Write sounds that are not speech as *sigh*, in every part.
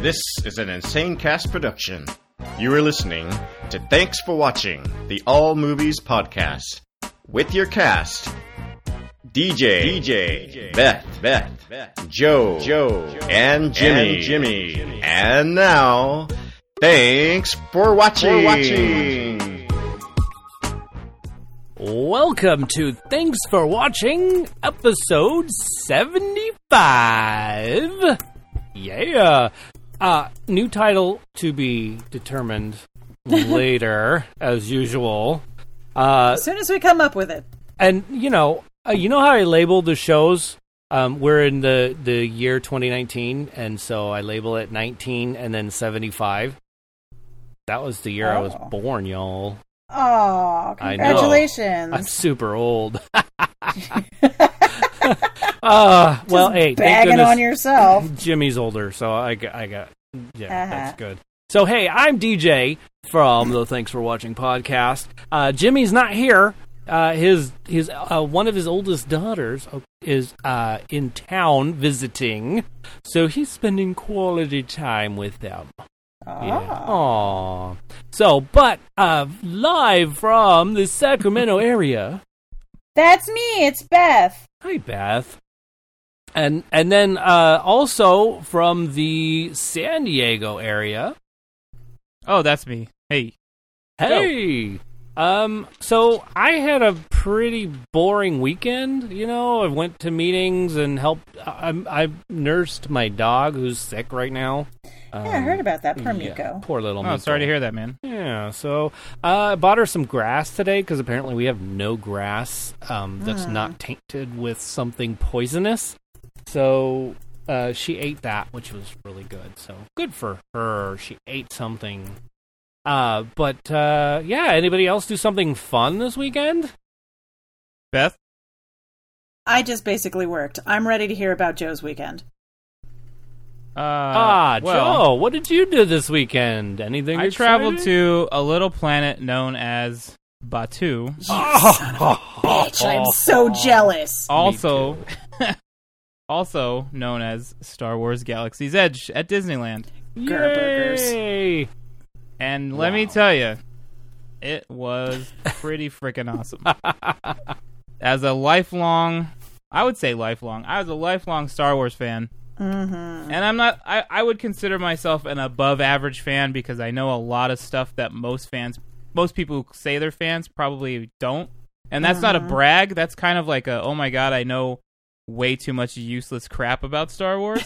This is an Insane Cast production. You are listening to Thanks for Watching, the All Movies Podcast, with your cast DJ, DJ, Beth, Beth, Beth, Joe, Joe, and Jimmy, and Jimmy. And now, thanks for watching. watching. Welcome to Thanks for Watching, episode 75. Yeah. Uh, new title to be determined later, as usual. Uh, As soon as we come up with it, and, you know, uh, you know how I label the shows? Um, we're in the, the year 2019, and so I label it 19 and then 75. That was the year I was Oh. born, y'all. oh, I know. congratulations! I'm super *laughs* old. *laughs* uh, well, hey, thank bagging goodness on yourself. Jimmy's older, so I got, I got, yeah, Uh-huh. that's good. So hey, I'm DJ from the Thanks for Watching podcast. Uh, Jimmy's not here. Uh, his his uh, one of his oldest daughters is uh, in town visiting, so he's spending quality time with them. *laughs* Yeah. Ah. Aww. So, but uh, live from the *laughs* Sacramento area. That's me. It's Beth. Hi, Beth. And and then uh, also from the San Diego area. Oh, that's me. Hey. Hey. Um. So I had a pretty boring weekend. You know, I went to meetings and helped. I, I I nursed my dog who's sick right now. Yeah, I heard about that. Poor Um, Miko. poor little. Oh, sorry to Miko. hear that, man. Yeah, so uh, I bought her some grass today because apparently we have no grass um, that's Ah. not tainted with something poisonous. So uh, she ate that, which was really good. So good for her. She ate something. Uh, but uh, yeah, anybody else do something fun this weekend? Beth? I just basically worked. I'm ready to hear about Joe's weekend. Uh, ah, well, Joe, what did you do this weekend? Anything? I *laughs* traveled exciting? to a little planet known as Batu. Bitch, I'm so jealous. Also, *laughs* also known as Star Wars Galaxy's Edge at Disneyland. Burgers. Yay! And let me tell you, it was pretty freaking awesome. As a lifelong, I would say lifelong, I was a lifelong Star Wars fan. Mm-hmm. And I'm not, I, I would consider myself an above average fan because I know a lot of stuff that most fans, most people who say they're fans probably don't. And that's not a brag. That's kind of like a, oh my God, I know way too much useless crap about Star Wars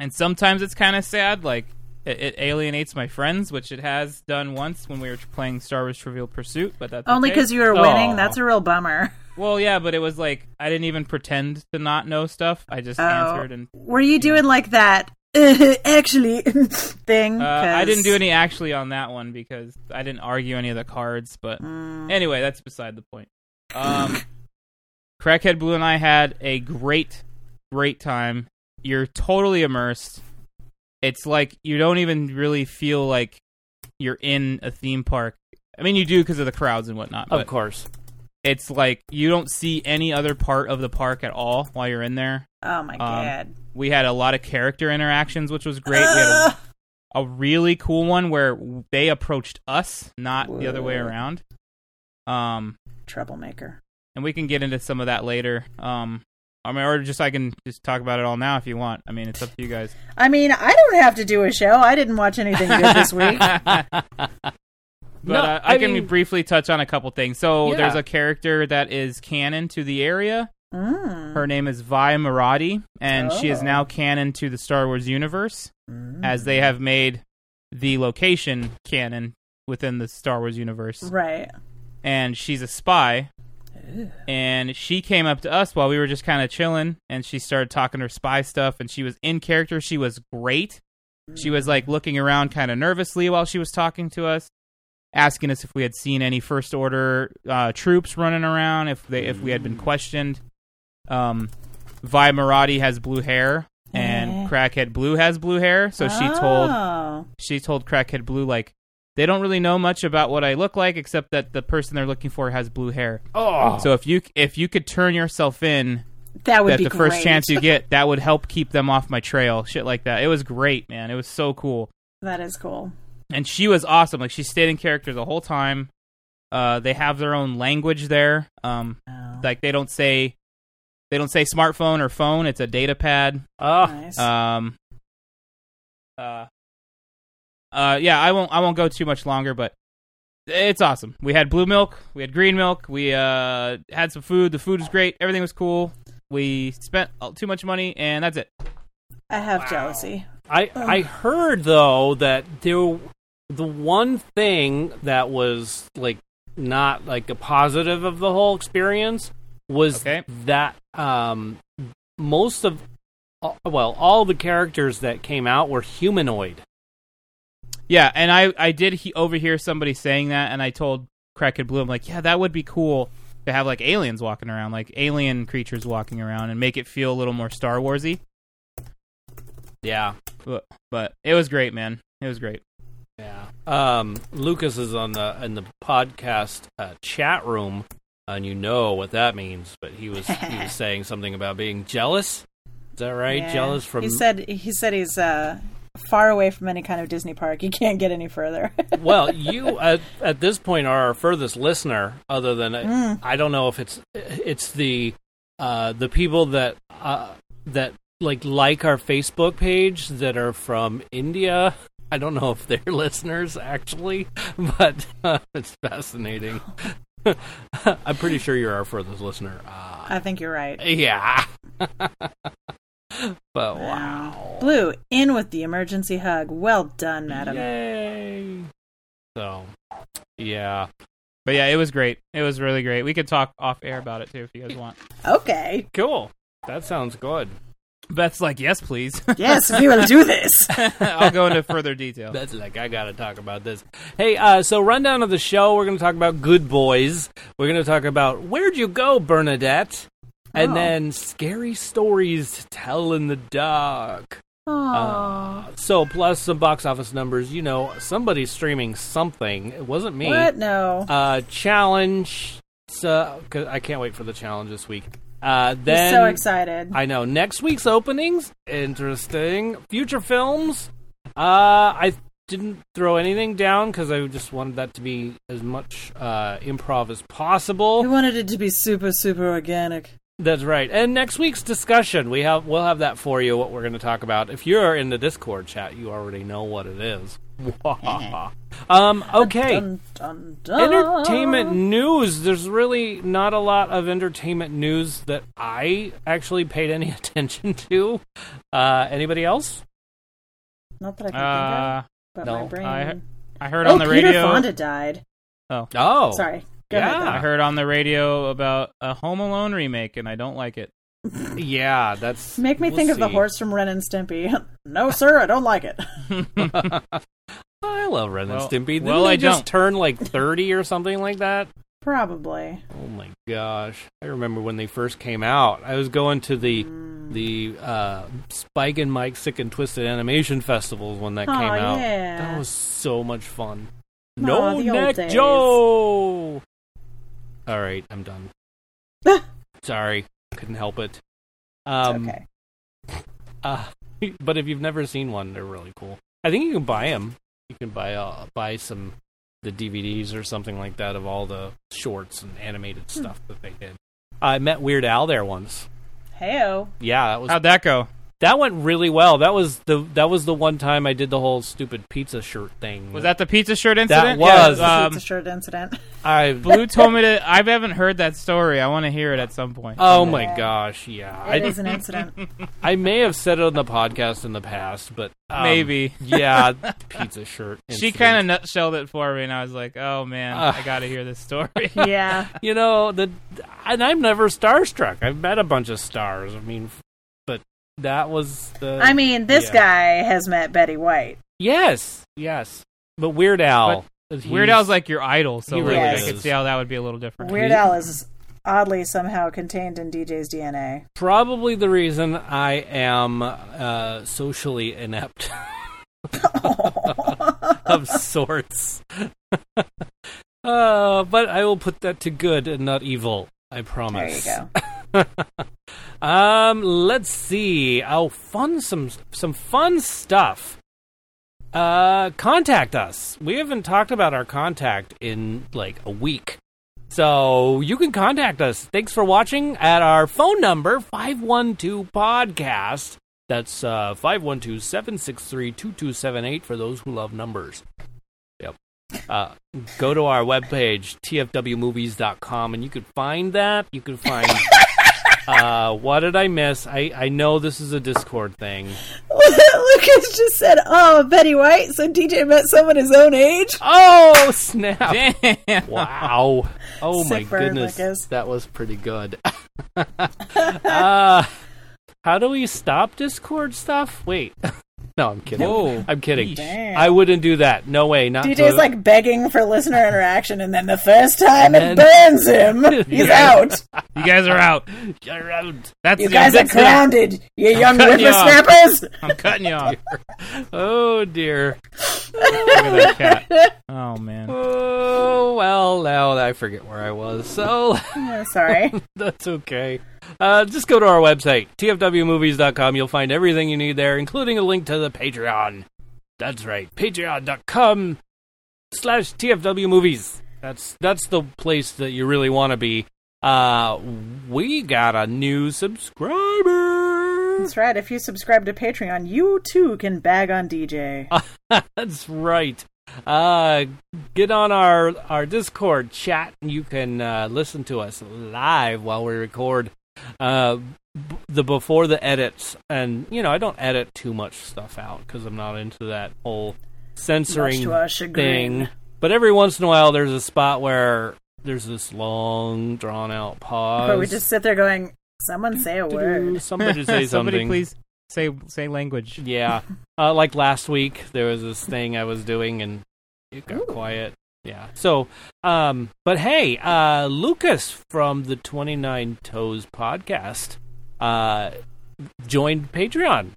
and sometimes it's kind of sad like it, it alienates my friends which it has done once when we were playing star wars trivial pursuit but that's Only okay. because you were Aw. winning. That's a real bummer. well yeah but it was like i didn't even pretend to not know stuff i just Oh. answered and Were you doing like that? *laughs* "Uh, actually, *laughs* thing. uh, i 'Cause- didn't do any actually on that one because i didn't argue any of the cards but Mm. anyway that's beside the point um crackhead blue and i had a great great time you're totally immersed it's like you don't even really feel like you're in a theme park. I mean, you do because of the crowds and whatnot, Of but course. it's like you don't see any other part of the park at all while you're in there. Oh my god. We had a lot of character interactions, which was great. We had Uh. a, a really cool one where they approached us, not the other way around. Um, Troublemaker. and we can get into some of that later. Um, I mean, or just I can just talk about it all now if you want. I mean, it's up to you guys. I mean, I don't have to do a show. I didn't watch anything good this *laughs* week. *laughs* But No, uh, I, I can mean- briefly touch on a couple things. So Yeah. there's a character that is canon to the area. Ah. Her name is Vi Marati, and she is Oh. now canon to the Star Wars universe, as Mm. they have made the location canon within the Star Wars universe. Right. And she's a spy. And she came up to us while we were just kind of chilling, and she started talking her spy stuff. And she was in character. She was great. She was like looking around kind of nervously while she was talking to us, asking us if we had seen any first order uh, troops running around, if they if we had been questioned. Um, Vi Marati has blue hair, and Crackhead Blue has blue hair, so she told Oh. she told Crackhead Blue like they don't really know much about what I look like except that the person they're looking for has blue hair. Oh, So if you if you could turn yourself in That would that be the first great. *laughs* chance you get that would help keep them off my trail shit like that it was great man it was so cool That is cool. and she was awesome like she stayed in character the whole time uh they have their own language there um Oh, like they don't say they don't say smartphone or phone it's a data pad Oh, nice. um uh uh yeah i won't i won't go too much longer but it's awesome we had blue milk we had green milk we uh had some food the food was great everything was cool we spent uh, too much money and that's it I have wow. jealousy. I I heard though that there the one thing that was like not like a positive of the whole experience was Okay. that um most of uh, well all the characters that came out were humanoid. Yeah, and I I did he- overhear somebody saying that, and I told Crack and Blue, I'm like, yeah, that would be cool to have like aliens walking around, like alien creatures walking around, and make it feel a little more Star Warsy. Yeah. But, but it was great, man. It was great. Yeah. Um Lucas is on the in the podcast uh, chat room and you know what that means, but he was he was saying something about being jealous. Is that right? Yeah. Jealous from He said he said he's uh, far away from any kind of Disney park. He can't get any further. *laughs* well, you at, at this point are our furthest listener, other than uh, I don't know if it's it's the uh, the people that uh, that like like our Facebook page that are from India. I don't know if they're *laughs* listeners actually, but uh, it's fascinating. *laughs* I'm pretty sure you're our furthest listener. Uh, I think you're right. yeah, *laughs* but wow. Blue, in with the emergency hug. Well done, madam. Yay! So, yeah. But yeah, it was great. It was really great. We could talk off air about it too if you guys want. Okay. Cool. That sounds good. Beth's like, yes, please. Yes, we will do this. *laughs* *laughs* I'll go into further detail. That's like I gotta talk about this. Hey, uh, so rundown of the show. We're gonna talk about Good Boys. We're gonna talk about Where'd You Go, Bernadette, and Oh. then scary stories to tell in the dark. Uh, Aww. So plus some box office numbers. You know, somebody's streaming something. It wasn't me. what? No. Uh, challenge. So 'cause I can't wait for the challenge this week. Uh, He's then so excited. I know. Next week's openings, interesting. Future films, uh, I didn't throw anything down because I just wanted that to be as much uh, improv as we possible. wanted it to be super, super organic. That's right. And next week's discussion, we have we'll have that for you. What we're going to talk about. If you're in the Discord chat, you already know what it is. *laughs* um. Okay. Dun, dun, dun. Entertainment news. There's really not a lot of entertainment news that I actually paid any *laughs* attention to. Uh, anybody else? Not that I can Uh, think of, but no, my brain. I- I heard oh, on the Peter radio. Fonda died. Oh, Sorry. Go Yeah. I heard on the radio about a Home Alone remake, and I don't like it. Yeah, that's Make me we'll think of the see. horse from Ren and Stimpy. *laughs* no, sir, I don't like it. *laughs* I love Ren and Well- Stimpy. Didn't well, they I just don't. turn like thirty or something like that? Probably. Oh my gosh! I remember when they first came out. I was going to the the uh, Spike and Mike Sick and Twisted Animation Festivals when that Aw, came out. yeah. That *laughs* was so much fun. Aw, no the old neck days. Joe. All right, I'm done. Sorry, couldn't help it. Um, okay. Uh, *laughs* but if you've never seen one, they're really cool. I think you can buy them. You can buy uh, buy some the DVDs or something like that of all the shorts and animated Hmm. stuff that they did. I met Weird Al there once. Heyo. Yeah, that was How'd that go? that went really well. That was the that was the one time I did the whole stupid pizza shirt thing. Was that the pizza shirt incident? Yeah, was. um, it's a short incident. I Blue told me that I haven't heard that story. I want to hear it at some point. Oh my gosh, yeah. It *laughs* I is an incident. *laughs* I may have said it on the podcast in the past, but um, *laughs* Maybe. yeah, *laughs* pizza shirt. she kind of nutshelled it for me, and I was like, "Oh man, Uh. I got to hear this story." *laughs* yeah. you know the and i'm never starstruck i've met a bunch of stars i mean but that was the I mean, this Uh, Yeah. guy has met Betty White. yes yes but weird al he's- Weird Al's like your idol, so He like, really I could is. see how that would be a little different. Weird Al is oddly somehow contained in *laughs* DJ's DNA. probably the reason i am uh, socially inept *laughs* *laughs* of sorts *laughs* uh, but i will put that to good and not evil i *laughs* There you promise go. Um, let's see. I'll fun some some fun stuff. Uh, contact us. We haven't talked about our contact in like a week. So you can contact us. Thanks for watching at our phone number 512 podcast. That's uh 512-763-2278 for those who love numbers. Yep. Uh, go to our webpage tfwmovies.com and you can find that. You can find uh, what did I miss? I, I know this is a Discord thing. *laughs* Lucas just said, "Oh, Betty White." So DJ met someone his own age. Oh *laughs* snap! Damn. Wow! Oh Sick my burn, goodness, Lucas. that was pretty good. *laughs* uh, how do we stop Discord stuff? Wait, *laughs* no, I'm kidding. Whoa. I'm kidding. Yeesh. Damn. I wouldn't do that. No way. Not DJ's to- like begging for listener interaction, and then the first time Then- it burns *laughs* him, he's Yeah. out. You guys are out. You're out. That's You the guys are that's it. grounded, *laughs* you young cutting you off. whippersnappers. I'm cutting you off. Oh dear. Look at that cat. Oh man. Oh well. Now I forget where I was. So. *laughs* *laughs* Oh, sorry. That's okay. Uh, just go to our website, tfwmovies.com. You'll find everything you need there, including a link to the Patreon. That's right, patreon.com slash tfwmovies. That's, that's the place that you really want to be. Uh, we got a new subscriber. That's right. If you subscribe to Patreon, you too can bag on DJ. *laughs* That's right. Uh, get on our, our Discord chat. and You can uh, listen to us live while we record uh, b- the before the edits. And, you know, I don't edit too much stuff out because I'm not into that whole Much censoring to thing. our chagrin. But every once in a while, there's a spot where there's this long, drawn out pause. But we just sit there going, someone say a word. *laughs* Somebody say *laughs* Somebody something. please say say language. Yeah. Uh, like last week, there was this thing I was doing and it got quiet. Yeah. So, um, but hey, uh, Lucas from the 29 Toes podcast uh, joined Patreon.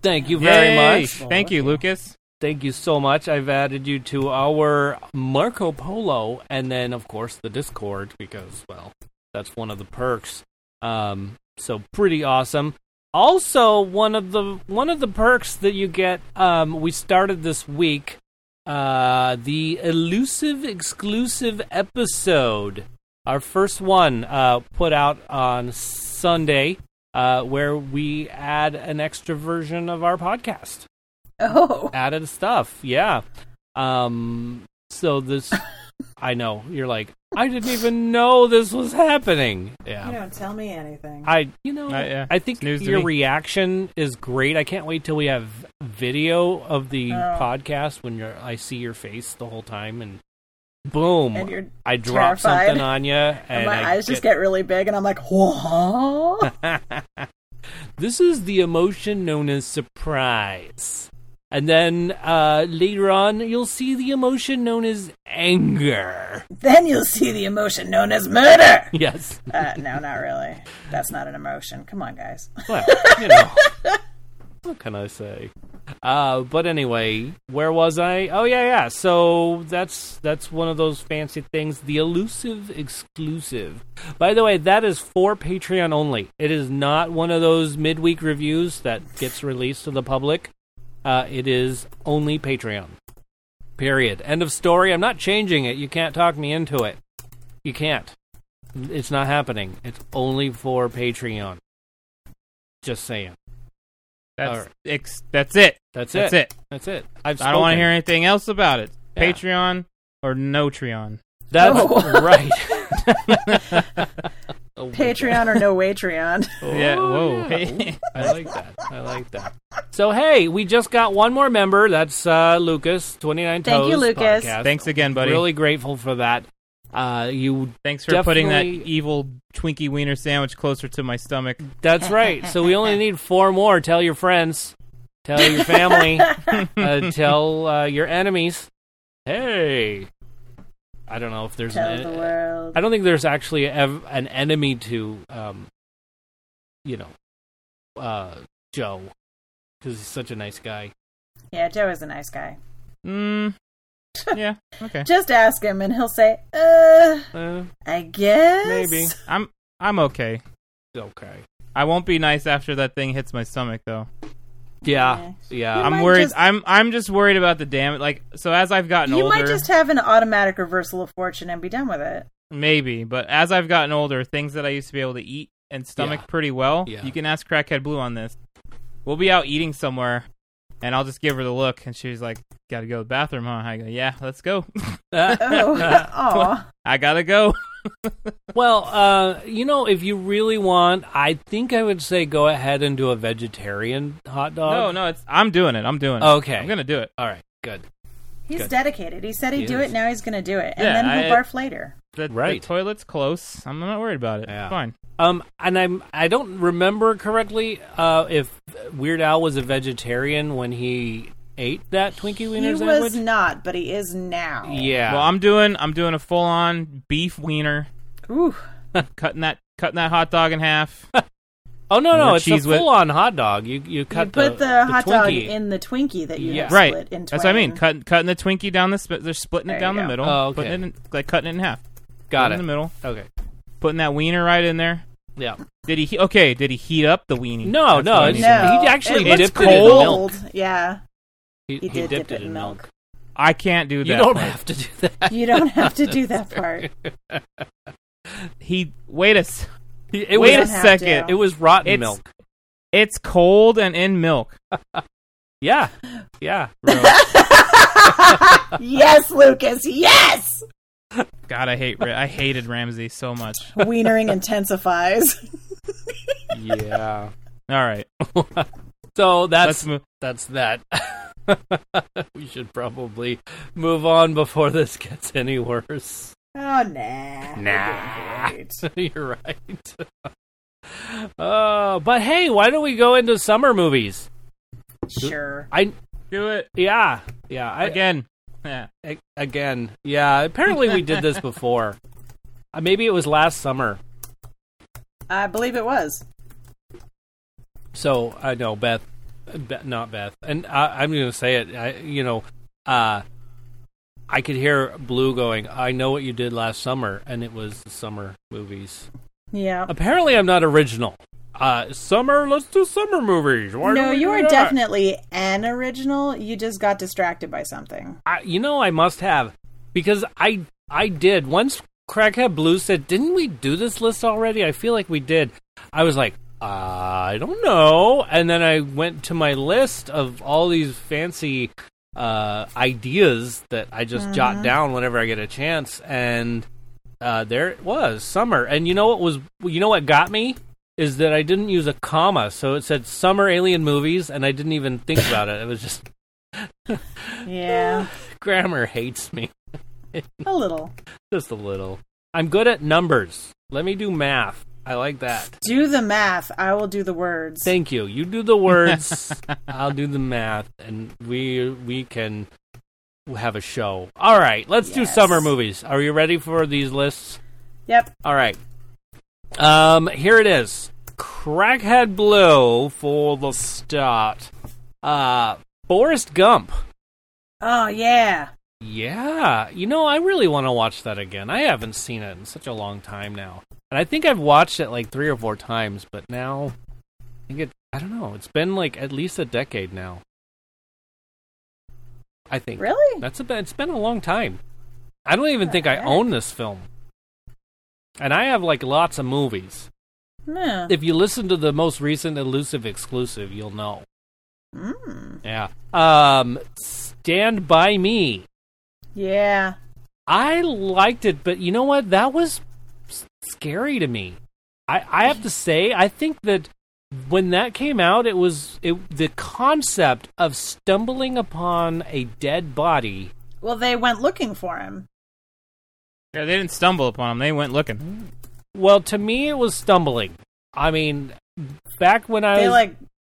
Thank you very Yay. much. Thank you, Lucas. Thank you so much. I've added you to our Marco Polo and then, of course, the Discord because, well, that's one of the perks. Um, so pretty awesome. Also, one of the one of the perks that you get, um, we started this week, uh, the elusive exclusive episode. Our first one uh, put out on Sunday, uh, where we add an extra version of our podcast *laughs* Oh, added stuff. Yeah. Um. So *laughs* this, I know you're like I didn't even know this was happening. you Yeah. don't tell me anything. I you know Uh, yeah. I think News to your me. reaction is great. I can't wait till we have video of the Oh. podcast when you're I see your face the whole time and boom And you're I drop terrified. something on you and, *laughs* and my I eyes just get really big, and I'm like, what? This is the emotion known as surprise. And then uh, later on, you'll see the emotion known as anger. *laughs* *laughs* then you'll see the emotion known as murder. Yes. Uh, no, not really. That's not an emotion. Come on, guys. Well, you know. *laughs* what can I say? Uh, but anyway, where was I? Oh yeah, yeah. So that's that's one of those fancy things, the elusive exclusive. By the way, that is for Patreon only. It is not one of those midweek reviews that gets released to the public. Uh, it is only Patreon. Period. End of story. I'm not changing it. You can't talk me into it. You can't. It's not happening. It's only for Patreon. Just saying. That's Alright. ex- that's it. That's, That's it. it. That's it. I've I don't want to spoken. hear anything else about it. Yeah. Patreon or no Treon. That's No. right. *laughs* *laughs* *laughs* Oh, Patreon or no Patreon. yeah. Whoa. *laughs* I like that. I like that. So hey, we just got one more member. That's uh, Lucas, twenty nine Thank you, Lucas. Thanks again, buddy. Really grateful for that. Uh, you. Thanks for putting that Definitely- evil Twinkie wiener sandwich closer to my stomach. That's right. So we *laughs* only need four more. Tell your friends. Tell your *laughs* family. uh, tell uh, your enemies. Hey. I don't know if there's Tell an, e- the world. I don't think there's actually ev- an enemy to, um, you know, uh, Joe, because he's such a nice guy. Yeah, Joe is a nice guy. Mm. Yeah. Okay. *laughs* Just ask him, and he'll say, "Uh, Uh, I guess." Maybe. I'm I'm okay. okay. I won't be nice after that thing hits my stomach though. Yeah, You yeah. I'm might worried. just- I'm I'm just worried about the damage. Like so, as I've gotten You older, might just have an automatic reversal of fortune and be done with it. maybe. But as I've gotten older, things that I used to be able to eat and stomach Yeah. pretty well. Yeah. You can ask Crackhead Blue on this. We'll be out eating somewhere, and I'll just give her the look, and she's like, "Gotta go to the bathroom, huh?" I go, "Yeah, let's go. *laughs* Oh, *laughs* aw. I gotta go." well, uh, you know, if you really want, I think I would say go ahead and do a vegetarian hot Uh, No, dog. no, it's I'm doing it. I'm doing it. Okay. Uh, I'm gonna do it. All right. Good. He's Good. dedicated. He said he'd He do is. it. Now he's going to do it, and Yeah, then he'll I- barf later. The, the Right. toilet's close. I'm not worried about it. Yeah. It's fine. Um, and I'm I don't remember correctly uh, if Weird Al was a vegetarian when he ate that Twinkie He Wiener was sandwich. not, but he is now. yeah. Well, I'm doing I'm doing a full on beef wiener, Ooh. cutting that cutting that hot dog *laughs* in half. oh no, more no, it's a cheese with- full-on hot dog. You you cut you put the, hot dog Twinkie. in the Twinkie that you Yeah. have right. split in That's what I mean. twain. Cutting cutting the Twinkie down the sp- they're splitting There it down you the go. middle. Oh, okay. Putting it in, like cutting it in half. Got Putting it. in the middle. Okay. Putting that wiener right in there. Yeah. Did he? he- Okay. Did he heat up the weenie? No, That's what I no, need it's- to know. No, He actually it looks dipped it in pretty milk. cold. Yeah, he did dipped dip it in milk. I can't do that. You don't part. have to do that. you don't have to do that part. He wait a s- *laughs* It wait don't a was have second. to. it was rotten It's- milk. It's cold and in milk. Yeah. *laughs* Yeah. yes, Lucas. Yes, God, I hate Ra- I hated Ramsey so much. wienering intensifies. yeah. All right, So let's that's move. that's that. *laughs* we should probably move on before this gets any worse. *laughs* Oh nah, nah. You're right. *laughs* Uh, but hey, why don't we go into summer movies? Sure. I Do it yeah yeah I, again. Yeah. A- again. Yeah, apparently we did this before. *laughs* Uh, maybe it was last summer. I believe it was. So I know Beth, Beth not Beth, and I, I'm going to say it. I, you know, uh, I could hear Blue going, "I know what you did last summer," and it was the summer movies. Yeah. Apparently, I'm not original. Uh, summer, let's do summer movies. Why don't No, we you do are that? definitely an original. You just got distracted by something. I, you know, I must have because I I did once. Crackhead Blue said, "Didn't we do this list already?" I feel like we did. I was like, I don't know, and then I went to my list of all these fancy uh, ideas that I just jot down whenever I get a chance, and uh, there it was, summer. And you know what was you know what got me is that I didn't use a comma, so it said summer alien movies, and I didn't even think about it. It was just *laughs* Yeah, grammar hates me. a little. Just a little. I'm good at numbers. Let me do math. I like that. Do the math. I will do the words. Thank you. You do the words. I'll do the math, and we we can have a show. All right. Let's do Yes. summer movies. Are you ready for these lists? yep. All right. Um, here it is. Crackhead Blue for the start. Uh, Forrest Gump. Oh yeah. Yeah, you know, I really want to watch that again. I haven't seen it in such a long time now, and I think I've watched it like three or four times. But now, I think it, I don't know. It's been like at least a decade now. I think Really? that's a bit- it's been a long time. I don't even think I Alright. own this film, and I have like lots of movies. No. If you listen to the most recent elusive exclusive, you'll know. Mm. Yeah. Um, Stand by Me. Yeah. I liked it, but you know what? That was s- scary to me. I, I have to say, I think that when that came out, it was it, the concept of stumbling upon a dead body. Well, they went looking for him. Yeah, they didn't stumble upon him. They went looking. Well, to me, it was stumbling. I mean, back when I They was like.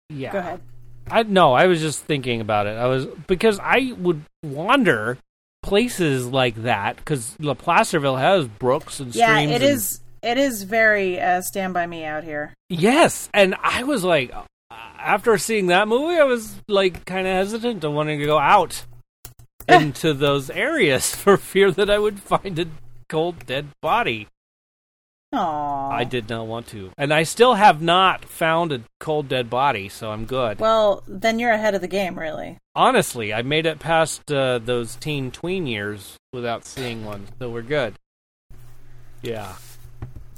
yeah, Go ahead. I no, I was just thinking about it. I was because I would wander places like that because La Placerville has brooks and Yeah, streams. it and- is. It is very uh, Stand by Me out here. Yes, and I was like, uh, after seeing that movie, I was like kind of hesitant to wanting to go out into *laughs* those areas for fear that I would find a cold dead body. Aww. I did not want to. And I still have not found a cold dead body, so I'm good. Well, then you're ahead of the game, really. Honestly, I made it past uh, those teen tween years without seeing one, so we're good. Yeah.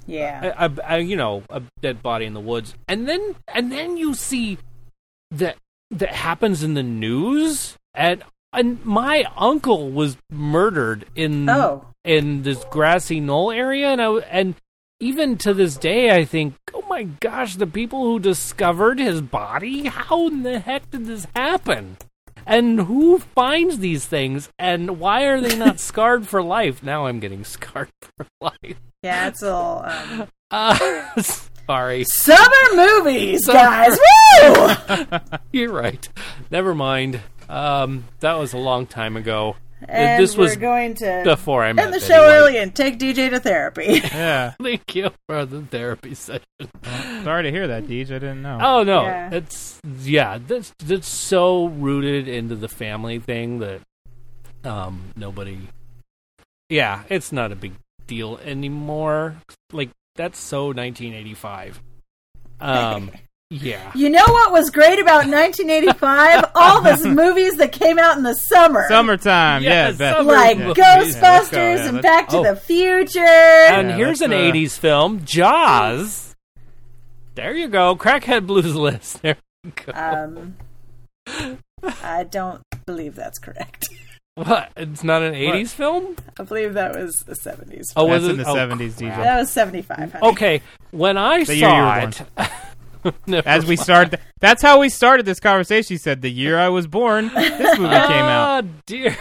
Yeah. a, a- a- you know a dead body in the woods and then and then you see that that happens in the news and and my uncle was murdered in Oh. in this grassy knoll area and I, w- and even to this day I think oh my gosh the people who discovered his body how in the heck did this happen and who finds these things and why are they *laughs* not scarred for life now I'm getting scarred for life Yeah, it's all um, *laughs* uh, sorry. summer movies, Summer. *laughs* guys. Woo! You're right. Never mind. Um, that was a long time ago. And this we're was going to before I met end the Betty show White. early and take DJ to therapy. *laughs* Yeah. Thank you for the therapy session. Sorry to hear that, Deej. I didn't know. Oh no, Yeah. it's yeah. That's that's so rooted into the family thing that um nobody. Yeah, it's not a big deal anymore. Like that's so *laughs* 1985. Um, yeah. You know what was great *laughs* about 1985? All those movies that came out in the summer. Summertime. Yeah, yeah, Beth. summer. Like Yeah, Ghostbusters yeah, let's go, yeah, and let's- Back to oh. the Future. And *laughs* Yeah, here's an that's, uh, 80s film, Jaws. There you go. Crackhead Blues *laughs* List. There you go. *laughs* um, I don't believe that's correct. what? It's not an 80s film? I believe that was the 70s. Oh, That's was it? in the oh, 70s, DJ. crap. That was 75. honey. Okay. When I The year you saw were it. *laughs* Never As we mind. start, that's how we started this conversation. She said, "The year I was born, this *laughs* movie came out, Ah, dear.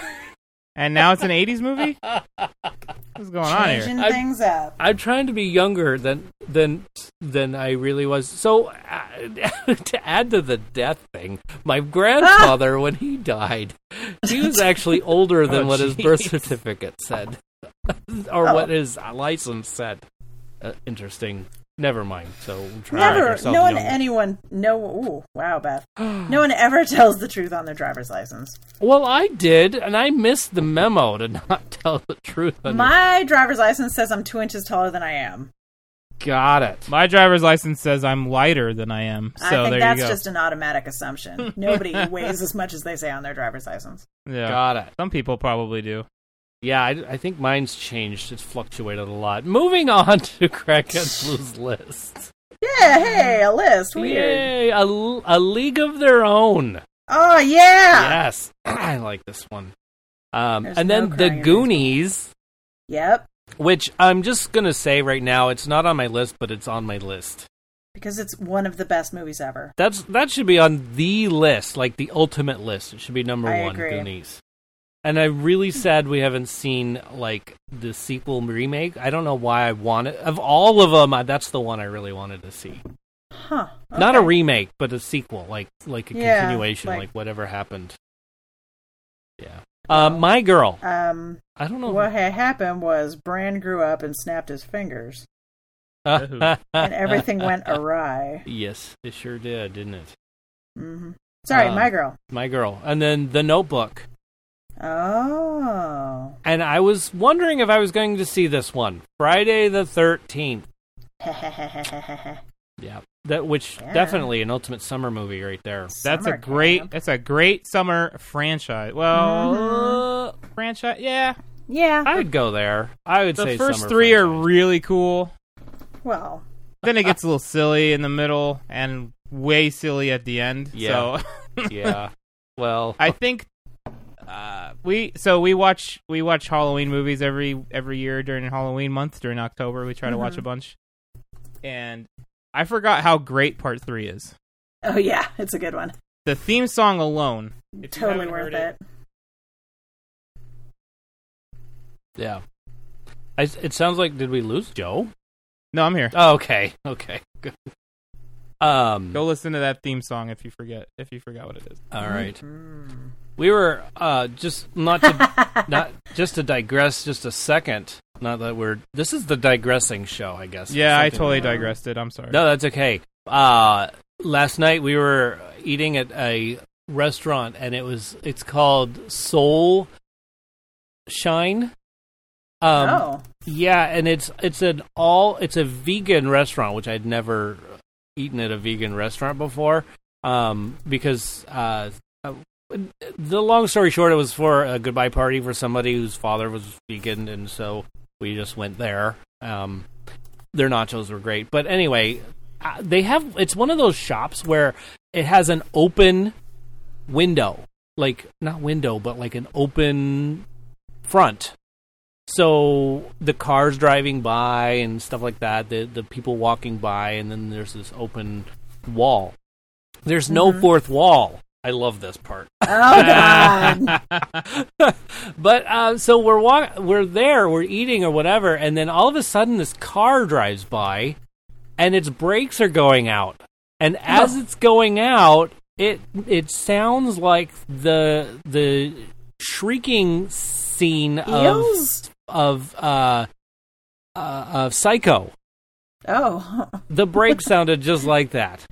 and now it's an '80s movie." *laughs* What's going on here? Changing I- things up. I'm trying to be younger than than than I really was. So uh, *laughs* to add to the death thing, my grandfather when he died, he was actually older than Oh, what his birth jeez. certificate said, *laughs* or what his license said. Uh, interesting. Never mind. So I'm trying to make Never, ourselves no one, younger. anyone, no, ooh, wow, Beth. No one ever tells the truth on their driver's license. Well, I did, and I missed the memo to not *laughs* tell the truth. On your- My driver's license says I'm two inches taller than I am. Got it. My driver's license says I'm lighter than I am, so I think there that's you go. just an automatic assumption. Nobody weighs as much as they say on their driver's license. yeah. Got it. Some people probably do. Yeah, I, I think mine's changed. It's fluctuated a lot. Moving on *laughs* to Crackhead Blues List. Yeah, hey, a list. Weird. Yay, a, l- a league of their own. Oh yeah. Yes, *clears throat* I like this one. Um, There's and no then The crying in Goonies, Yep. which I'm just gonna say right now, it's not on my list, but it's on my list. Because it's one of the best movies ever. That's that should be on the list, like the ultimate list. It should be number I one, agree. Goonies. And I'm really sad we haven't seen like the sequel remake. I don't know why I wanted of all of them. I, that's the one I really wanted to see. Huh. Not a okay. remake, but a sequel, like like a Yeah, continuation, like, like- whatever happened. Yeah. Uh, my girl. Um, I don't know. what had happened was Brand grew up and snapped his fingers, and *laughs* everything went awry. *laughs* Yes, it sure did, didn't it? hmm Sorry, Um, my girl. My girl. And then The Notebook. Oh. *laughs* and I was wondering if I was going to see this one Friday the Thirteenth. Yeah, that which Yeah. definitely an ultimate summer movie right there. That's Summer a great. camp. That's a great summer franchise. Well, Uh, Mm-hmm. franchise. Yeah, Yeah. I'd go there. I would the say first summer three are franchise. really cool. Well, Then it gets a little silly in the middle and way silly at the end. Yeah. So *laughs* yeah. Well, I think uh, we so we watch we watch Halloween movies every every year during Halloween month during October. We try to Mm-hmm. watch a bunch, and I forgot how great Part Three is. oh yeah, it's a good one. The theme song alone, if you totally haven't worth heard it. yeah. I, it sounds like did we lose Joe? No, I'm here. Oh, okay, okay, good. Um, Go listen to that theme song if you forget if you forgot what it is. all right. Mm. We were uh, just not to not just to digress just a second. Not that we're this is the digressing show, I guess. Yeah, I Something- totally digressed it. I'm sorry. No, *laughs* that's okay. Uh last night we were eating at a restaurant and it was it's called Soul Shine. Um *laughs* oh, Yeah, and it's it's an all it's a vegan restaurant, which I'd never eaten at a vegan restaurant before. Um, because uh, uh, the long story short, it was for a goodbye party for somebody whose father was vegan, and so we just went there. Um, their nachos were great, but anyway, uh, they have it's one of those shops where it has an open window, like not window, but like an open front so the cars driving by and stuff like that, the the people walking by, and then there's this open wall. There's no fourth wall. I love this part. Oh god. *laughs* *laughs* but uh, so we're walk- we're there, we're eating or whatever, and then all of a sudden this car drives by, and its brakes are going out, and as it's going out, it it sounds like the the shrieking scene Eels? of of uh, uh of Psycho. Oh, *laughs* The brakes sounded just like that.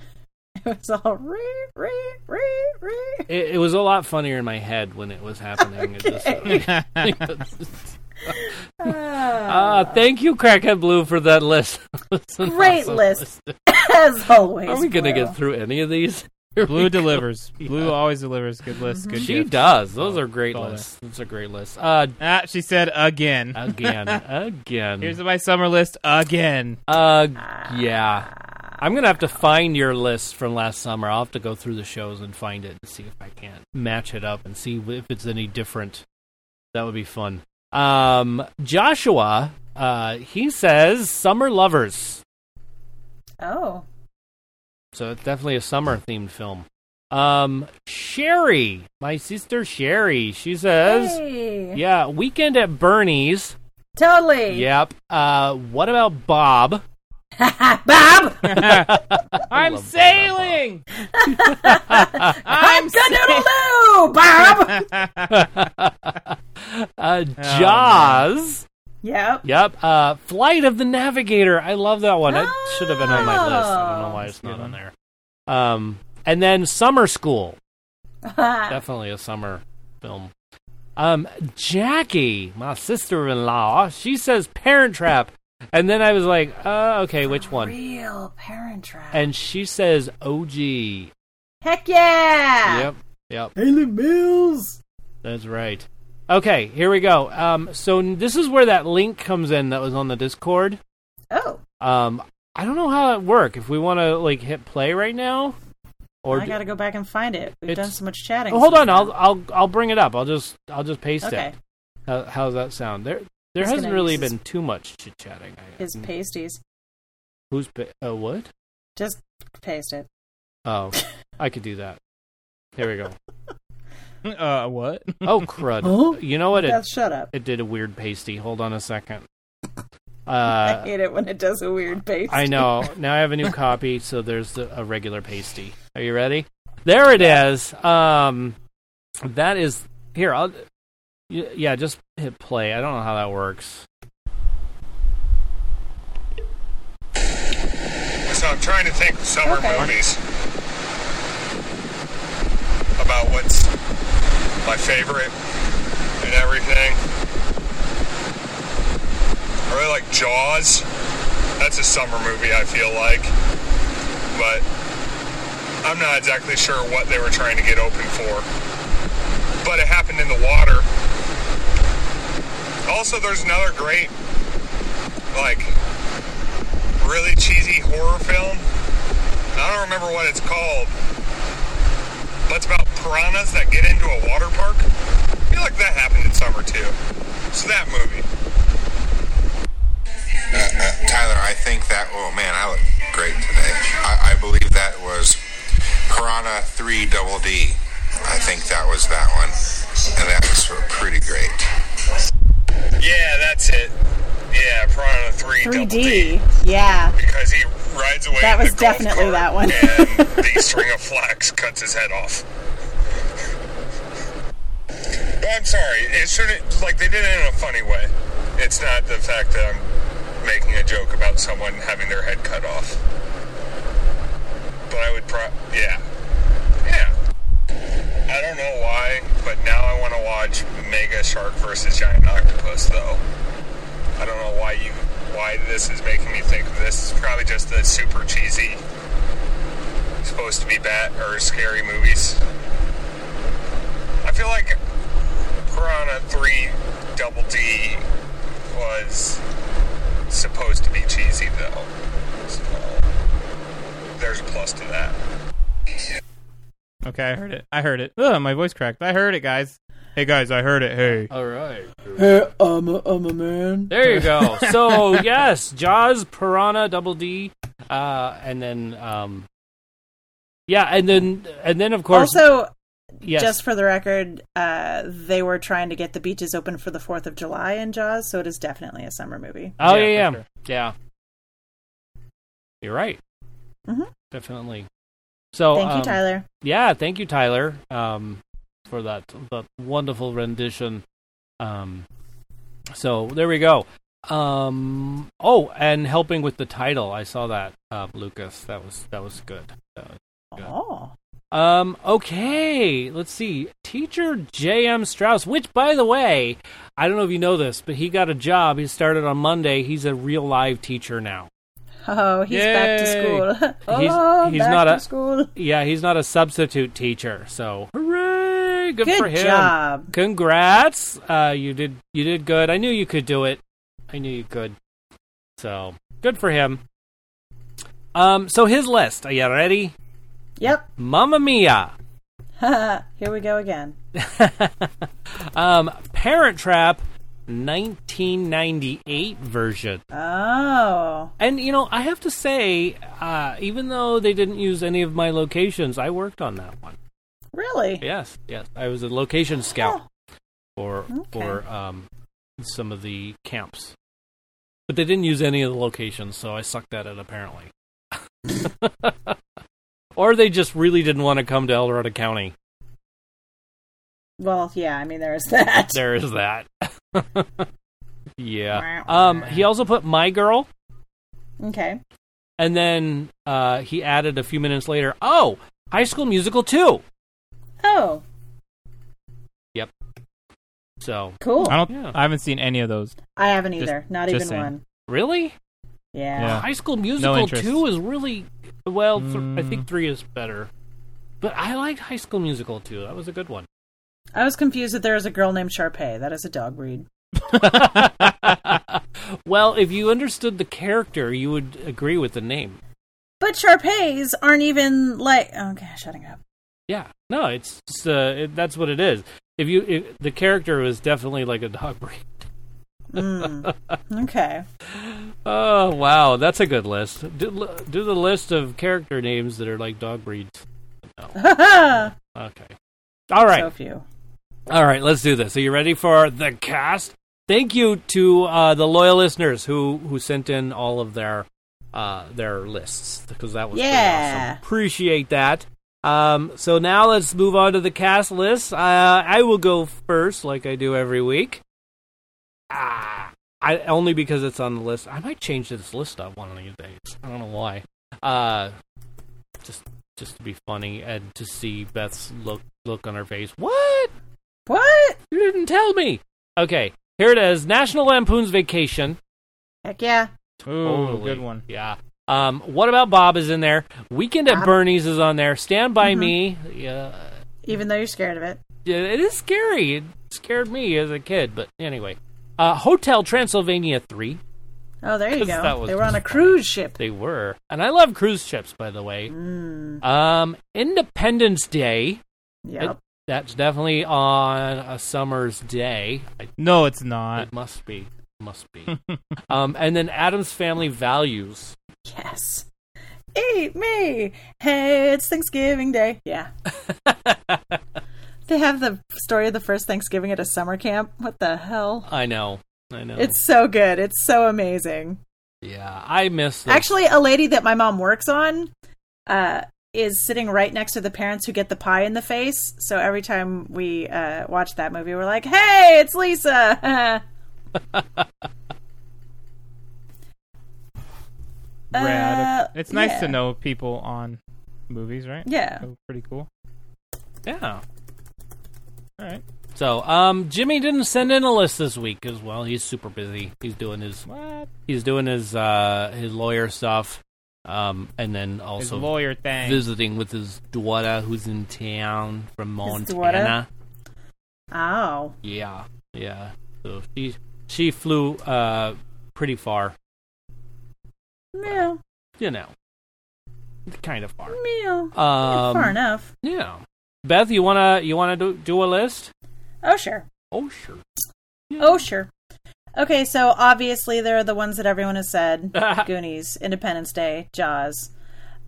it was all re re re *laughs* re. It, it was a lot funnier in my head when it was happening. It just- Uh, Ah, thank you, Crackhead Blue, for that list. That's an Great awesome *laughs* list. As always. Are we going to Will. get through any of these? Here *laughs* Blue we go. delivers. Blue always delivers. Good list. Good. Mm-hmm. She gifts. does. Those are great Saw that. lists. Those are great lists. Uh, Ah, she said again. again, again. Here's my summer list again. *laughs* uh, yeah. I'm going to have to find your list from last summer. I'll have to go through the shows and find it and see if I can match it up and see if it's any different. That would be fun. Um, Joshua, uh, he says Summer Lovers. Oh, So it's definitely a summer themed film. Um, Sherry, my sister Sherry, she says, hey. yeah, Weekend at Bernie's. totally. Yep. Uh, what about Bob? Ah, Bob, *laughs* I'm sailing. I'm gonna *laughs* loo, Bob. Oh, Uh, Jaws. yep. Yep. Uh, Flight of the Navigator. I love that one. It should have been on my list. I don't know why it's not on there. Um, and then Summer School. *laughs* Definitely a summer film. Um, Jackie, my sister-in-law, she says Parent Trap, and then I was like, uh, okay, which one? Real parent trap. And she says OG. Yep. Heck yeah. Yep. Haley Mills. That's right. Okay, here we go. Um, so n- this is where that link comes in that was on the Discord. Oh, Um, I don't know how it work. If we want to like hit play right now, or I gotta go back and find it. We've It's- done so much chatting. oh, hold so on, far. I'll I'll I'll bring it up. I'll just I'll just paste Okay. it. How, how's that sound? There there He's hasn't gonna really use his- been too much chit chatting. His pasties. Who's pa- uh, what? Just paste it. *laughs* Oh, I could do that. Here we go. Uh, what? Oh crud! You know what? It Yeah, shut up. it did a weird pasty. Hold on a *laughs* second. I Uh, hate it when it does a weird paste. I know. Now I have a *laughs* new copy, so there's the, a regular pasty. Are you ready? There it is. Um, that is here. I'll y- yeah, just hit play. I don't know how that works. So I'm trying to think of summer Okay. movies about what's my favorite and everything. I really like Jaws. That's a summer movie, I feel like. But I'm not exactly sure what they were trying to get open for. But it happened in the water. Also, there's another great, like, really cheesy horror film. I don't remember what it's called, but it's about piranhas that get into a water park. I feel like that happened in summer too. So that movie. Uh, uh, Tyler, I think that, oh man, I look great today. I, I believe that was Piranha 3 Double D. I think that was that one. And that was pretty great. Yeah, that's it. Yeah, Piranha 3 Double D. 3D. Yeah. Because he rides away. That in was the golf definitely cart that one. and *laughs* the string of flax cuts his head off. But I'm sorry. It should like they did it in a funny way. It's not the fact that I'm making a joke about someone having their head cut off. But I would pro yeah. Yeah. I don't know why, but now I want to watch Mega Shark versus Giant Octopus though. I don't know why why you why this is making me think of this. It's probably just the super cheesy, supposed to be bad or scary movies. I feel like Piranha Three Double D was supposed to be cheesy though. So there's a plus to that. Okay, I heard it. I heard it. Ugh, my voice cracked. I heard it, guys. Hey guys, I heard it. Hey. All right. Hey, I'm a, I'm a man. There you *laughs* go. So yes, Jaws, Piranha, Double D, uh, and then um, yeah, and then and then of course Also, yes, just for the record, uh, they were trying to get the beaches open for the 4th of July in Jaws, so it is definitely a summer movie. oh Yeah, yeah, for yeah, sure. yeah. You're right. Mhm. Definitely. So Thank you, um, Tyler. Yeah, thank you, Tyler, um, for that that wonderful rendition. Um, so there we go. Um, oh, and helping with the title, I saw that uh, Lucas. That was that was good. That was- yeah. Oh, Um, okay, let's see. Teacher J.M. Strauss, which, by the way, I don't know if you know this, but he got a job. He started on Monday. He's a real live teacher now. oh he's back to Yay. school. He's- *laughs* oh, he's back not to a- school. Yeah, he's not a substitute teacher. So hooray! Good, Good for him. job. congrats uh you did you did good i knew you could do it i knew you could so good for him um so his list are you ready Yep. *laughs* mamma mia Here we go again. *laughs* um parent trap 1998 version Oh, and you know i have to say uh even though they didn't use any of my locations i worked on that one really? Yes, yes. I was a location scout for Okay. for um, some of the camps, but they didn't use any of the locations, so I sucked at it apparently. *laughs* or they just really didn't want to come to El Dorado County. Well, yeah, I mean, there is *laughs* that. There is that. *laughs* yeah. Um. He also put my girl, Okay. and then uh, he added a few minutes later. Oh, High School Musical two. Oh, So cool. I don't. Yeah. I haven't seen any of those. I haven't either. Not just even saying. one. really, Yeah. Yeah. High School Musical interest. two is really well. Th- I Mm. think three is better, but I liked High School Musical two. That was a good one. *laughs* I was confused that there is a girl named Sharpay. That is a dog breed. well, if you understood the character, you would agree with the name. But Sharpays aren't even like. Okay, shutting up. Yeah, no, it's just, uh, it, that's what it is. If you if, the character was definitely like a dog breed. *laughs* Mm. okay. *laughs* Oh wow, that's a good list. Do, l- do the list of character names that are like dog breeds. Okay. All right. So few. All right, let's do this. Are you ready for the cast? Thank you to uh, the loyal listeners who who sent in all of their uh, their lists because that was pretty Yeah. awesome. Appreciate that. Um, so now let's move on to the cast list. Uh, I will go first, like I do every week. Ah, I only because it's on the list. I might change this list up one of these days. I don't know why. Uh, just just to be funny and to see Beth's look look on her face. What? What? You didn't tell me. Okay, here it is: National Lampoon's Vacation. Heck yeah. Ooh, Totally. good one. Yeah. Um, what about Bob is in there? Weekend at Bob. Bernie's is on there. Stand by Me. Yeah, Even though you're scared of it. yeah, it is scary. It scared me as a kid, but anyway. Uh, Hotel Transylvania three. Oh, there you 'Cause that go. was They were on a funny. cruise ship. They were, and I love cruise ships, by the way. Um, Independence Day. Yep. It- that's definitely on a summer's day. I No, it's not. It must be. Must *laughs* be. um, and then Adam's Family Values. yes. Eat me. Hey, it's Thanksgiving Day. *laughs* Yeah. they have the story of the first Thanksgiving at a summer camp. What the hell? I know. I know. It's so good. It's so amazing. yeah. I miss. This. Actually, a lady that my mom works on uh, is sitting right next to the parents who get the pie in the face. So every time we uh, watch that movie, we're like, "Hey, it's Lisa." *laughs* Rad. Uh, it's nice to yeah. know people on movies, right? Yeah. So pretty cool. yeah. All right. So, um, Jimmy didn't send in a list this week because, well, he's super busy. He's doing his What? he's doing his uh, his lawyer stuff, um, and then His also lawyer thing. visiting with his daughter who's in town from His Montana. Oh, Yeah, yeah. So she she flew uh pretty far, meow, you know, kind of far. meow. Yeah, Um, Far enough. Yeah. Beth, you wanna you wanna do do a list? Oh sure. Oh sure. Oh sure. Okay, so obviously there are the ones that everyone has said: Goonies, Independence Day, Jaws,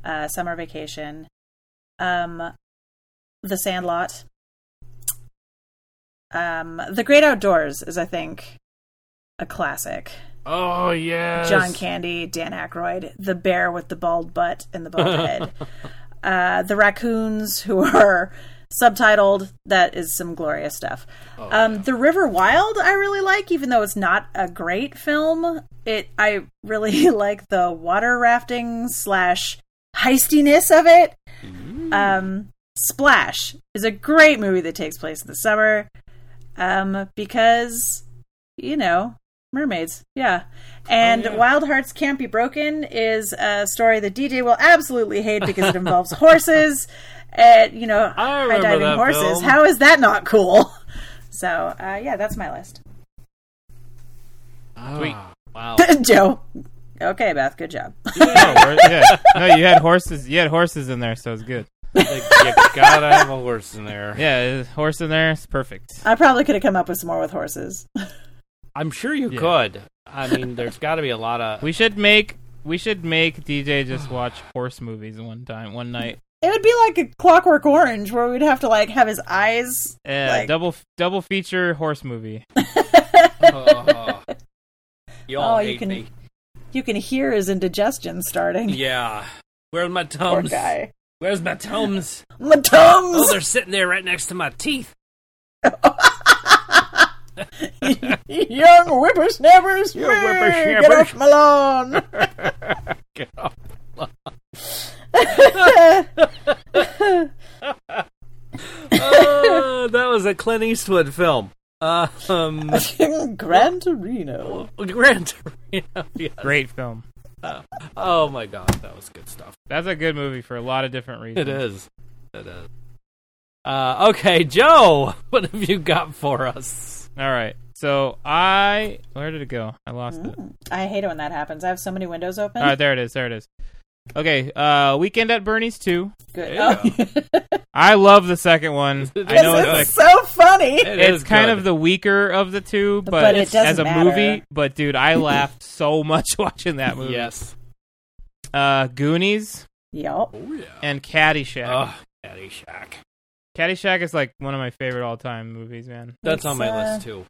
uh, Summer Vacation, um, The Sandlot, um, The Great Outdoors is, I think, a classic. Oh yeah. John Candy, Dan Aykroyd, the bear with the bald butt and the bald head, uh, the raccoons who are subtitled. That is some glorious stuff. um, The River Wild, I really like, even though it's not a great film. It, I really *laughs* like the water rafting slash heistiness of it. Um, Splash is a great movie that takes place in the summer, um, because you know mermaids, yeah. Oh, And Wild Hearts Can't Be Broken is a story that DJ will absolutely hate because it involves *laughs* horses, and you know I high remember diving that horses. film. How is that not cool? *laughs* So uh, yeah, that's my list. *laughs* Sweet. Wow. *laughs* Joe, okay, Beth, good job. *laughs* No, we're- yeah. no, you had horses. You had horses in there, so it's good. Like, you gotta have a horse in there. Yeah, uh, horse in there. It's perfect. I probably could have come up with some more with horses. *laughs* I'm sure you Yeah. could. I mean, there's got to be a lot *laughs* of. We should make we should make *sighs* DJ just watch horse movies one time, one night. It would be like a Clockwork Orange, where we'd have to like have his eyes. Yeah, Like- Uh, double double feature horse movie. oh, Y'all Oh, you hate can- me. You can hear his indigestion starting. Yeah. Where's my Poor tums? guy. Where's my *laughs* tums? My Oh, *laughs* tongues. they're sitting there right next to my teeth. *laughs* Young whippersnappers. You whippersnappers. Get off my *laughs* lawn. *laughs* Oh, that was a Clint Eastwood film. Uh, um, *laughs* Gran Torino. Gran Torino. yes. Great film. Oh my god, that was good stuff. That's a good movie for a lot of different *laughs* It reasons. is. It is. Uh, okay, Joe, *laughs* what have you got for us? All right. So I where did it go? I lost it. I hate it when that happens. I have so many windows open. All Uh, right, there it is. There it is. Okay, uh Weekend at Bernie's 2. Good. Yeah. Oh, I love the *laughs* second one. I *laughs* Yes, know this it's is like so funny. It it's is kind good. of the weaker of the two, but, But it it's- doesn't as a matter. movie, but *clears throat* dude, I laughed so much *laughs* watching that movie. yes. Uh Goonies Yup. Oh yeah. and Caddyshack. Oh, Caddy Shack. Caddyshack is like one of my favorite all-time movies, man. That's It's, on my uh, list too.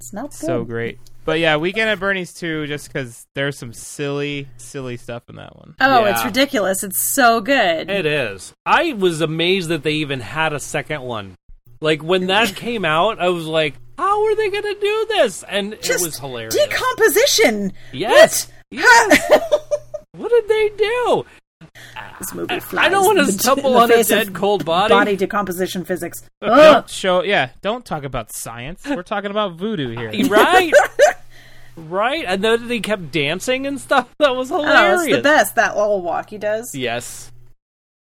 It's not good. So great. But yeah, Weekend at Bernie's 2 just cuz there's some silly silly stuff in that one. Oh, Yeah. it's ridiculous. It's so good. It is. I was amazed that they even had a second one. Like when that came out, I was like, "How are they going to do this?" And it Just was hilarious. Decomposition. Yes. What? what did they do? *laughs* this movie flies I don't want in to the- in stumble the on a face of dead cold body. Body decomposition physics. Ugh. Don't show yeah, don't talk about science. We're talking about voodoo here. *laughs* right? right? And then they kept dancing and stuff. *laughs* That was Oh, hilarious. it's the best. That little walk he does. Yes.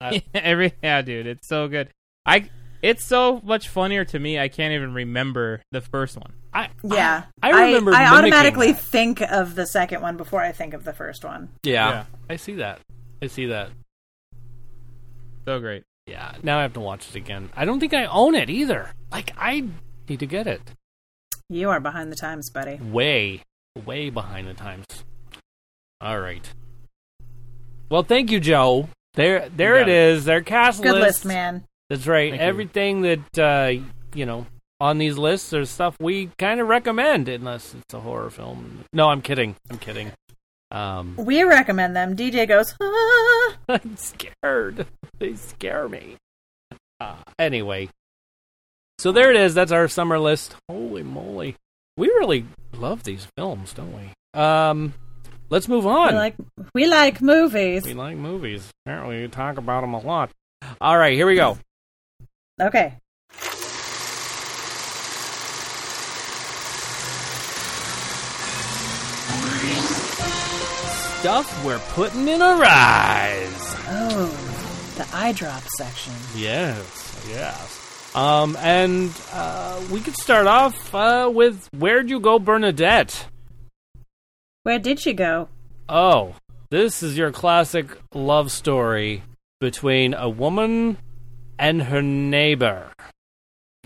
Uh, Every yeah, dude, it's so good. I it's so much funnier to me. I can't even remember the first one. I Yeah. I, I remember I, mimicking automatically that. think of the second one before I think of the first one. Yeah. Yeah. I see that. I see that. So great. Yeah. Now I have to watch it again. I don't think I own it either. Like I need to get it. You are behind the times, buddy. way, way behind the times. All right. Well, thank you, Joe. There, there You it got is. Their cast Good list. list, man. That's right. Thank you. Everything that uh, you know on these lists, there's stuff we kind of recommend, unless it's a horror film. No, I'm kidding. I'm kidding. Um, We recommend them. DJ goes, ah. I'm scared. They scare me. Uh, anyway, so there it is. That's our summer list. Holy moly, we really love these films, don't we? Um, let's move on. we like we like movies. We like movies. Apparently, we talk about them a lot. All right, here we go. Okay. stuff we're putting in our eyes. Oh, the eye drop section. Yes, yes. Um, and uh, we could start off uh, with Where'd You Go, Bernadette? Where did she go? Oh, this is your classic love story between a woman and her neighbor.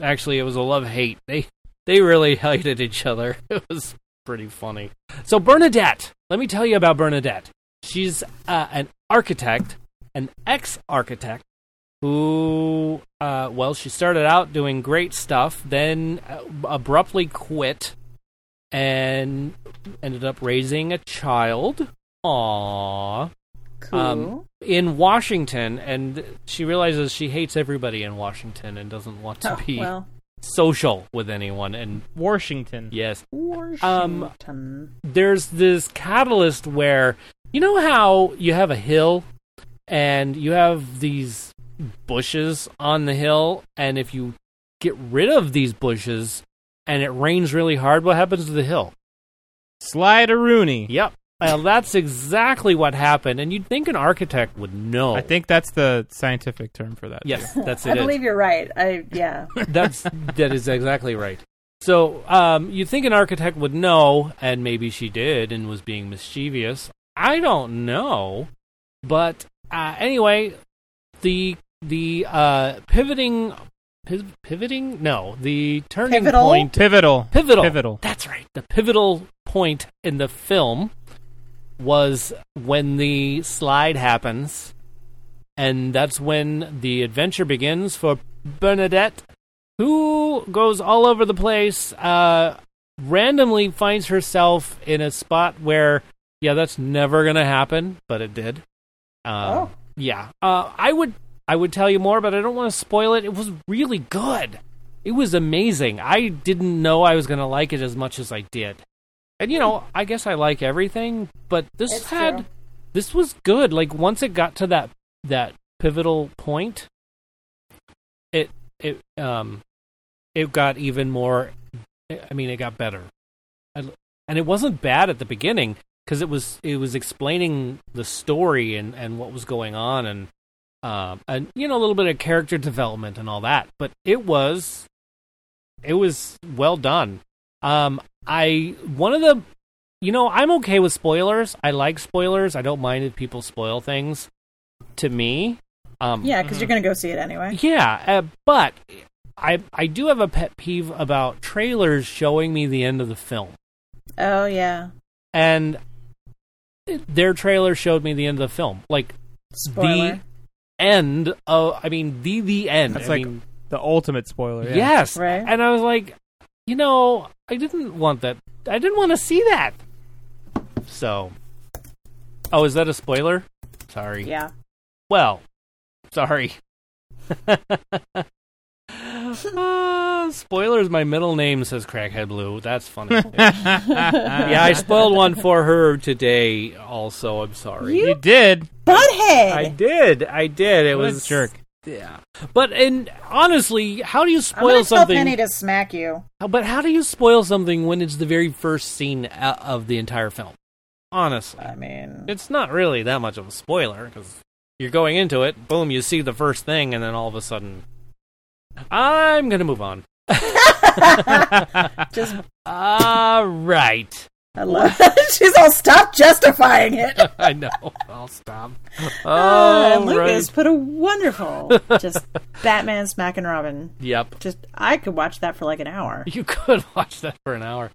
Actually, it was a love hate. They they really *laughs* hated each other. It was pretty funny. So Bernadette, let me tell you about Bernadette. She's uh, an architect, an ex-architect who, uh, well, she started out doing great stuff, then uh, abruptly quit and ended up raising a child. Aww. Cool. Um, in Washington, and she realizes she hates everybody in Washington and doesn't want to Oh, be well, social with anyone. And Washington. yes, Um, Washington. there's this catalyst where you know how you have a hill and you have these bushes on the hill, and if you get rid of these bushes and it rains really hard, what happens to the hill? Slide a Rooney. Yep. Well, that's exactly what happened, and you'd think an architect would know. I think that's the scientific term for that. yes, that's it. I believe you're right. I *laughs* yeah. That's that is exactly right. So um, you think an architect would know, and maybe she did, and was being mischievous. I don't know, but uh, anyway, the the uh, pivoting piv- pivoting no the turning Pivotal? point Pivotal. pivotal Pivotal. that's right the pivotal point in the film was when the slide happens and that's when the adventure begins for bernadette who goes all over the place uh, randomly finds herself in a spot where yeah that's never gonna happen but it did uh, Oh. yeah uh, i would i would tell you more but i don't want to spoil it it was really good it was amazing i didn't know i was gonna like it as much as i did and you know i guess i like everything but this It's had true. this was good like once it got to that that pivotal point it it um it got even more i mean it got better I- and it wasn't bad at the beginning because it was it was explaining the story and and what was going on and um and you know a little bit of character development and all that but it was it was well done um i one of the you know i'm okay with spoilers i like spoilers i don't mind if people spoil things to me um Yeah, because you're gonna go see it anyway. yeah, uh, but I I do have a pet peeve about trailers showing me the end of the film, Oh yeah. and their trailer showed me the end of the film, like Spoiler. the end of. I mean, the the end. That's I like mean, the ultimate spoiler. Yeah. yes, Right. and I was like, you know, I didn't want that. I didn't want to see that. So, oh, is that a spoiler? Sorry. Yeah. Well, sorry. *laughs* Uh, spoilers, my middle name says Crackhead Blue. That's *laughs* funny. *laughs* Uh, *laughs* yeah, I spoiled one for her today, also. I'm sorry. You did. Butthead. I did. I did. It What a was. jerk. Yeah. But, and honestly, how do you I'm gonna spoil tell something? Penny to smack you. But how do you spoil something when it's the very first scene uh, of the entire film? Honestly. I mean, It's not really that much of a spoiler because you're going into it, boom, you see the first thing, and then all of a sudden, I'm gonna move on. *laughs* just All right, I love. *laughs* She's all stop justifying it. *laughs* I know. I'll stop. Ah, All and Lucas Oh, right. put *laughs* a wonderful just Batman smack and Robin. Yep, Just I could watch that for like an hour. It's you could *laughs* watch that for an hour.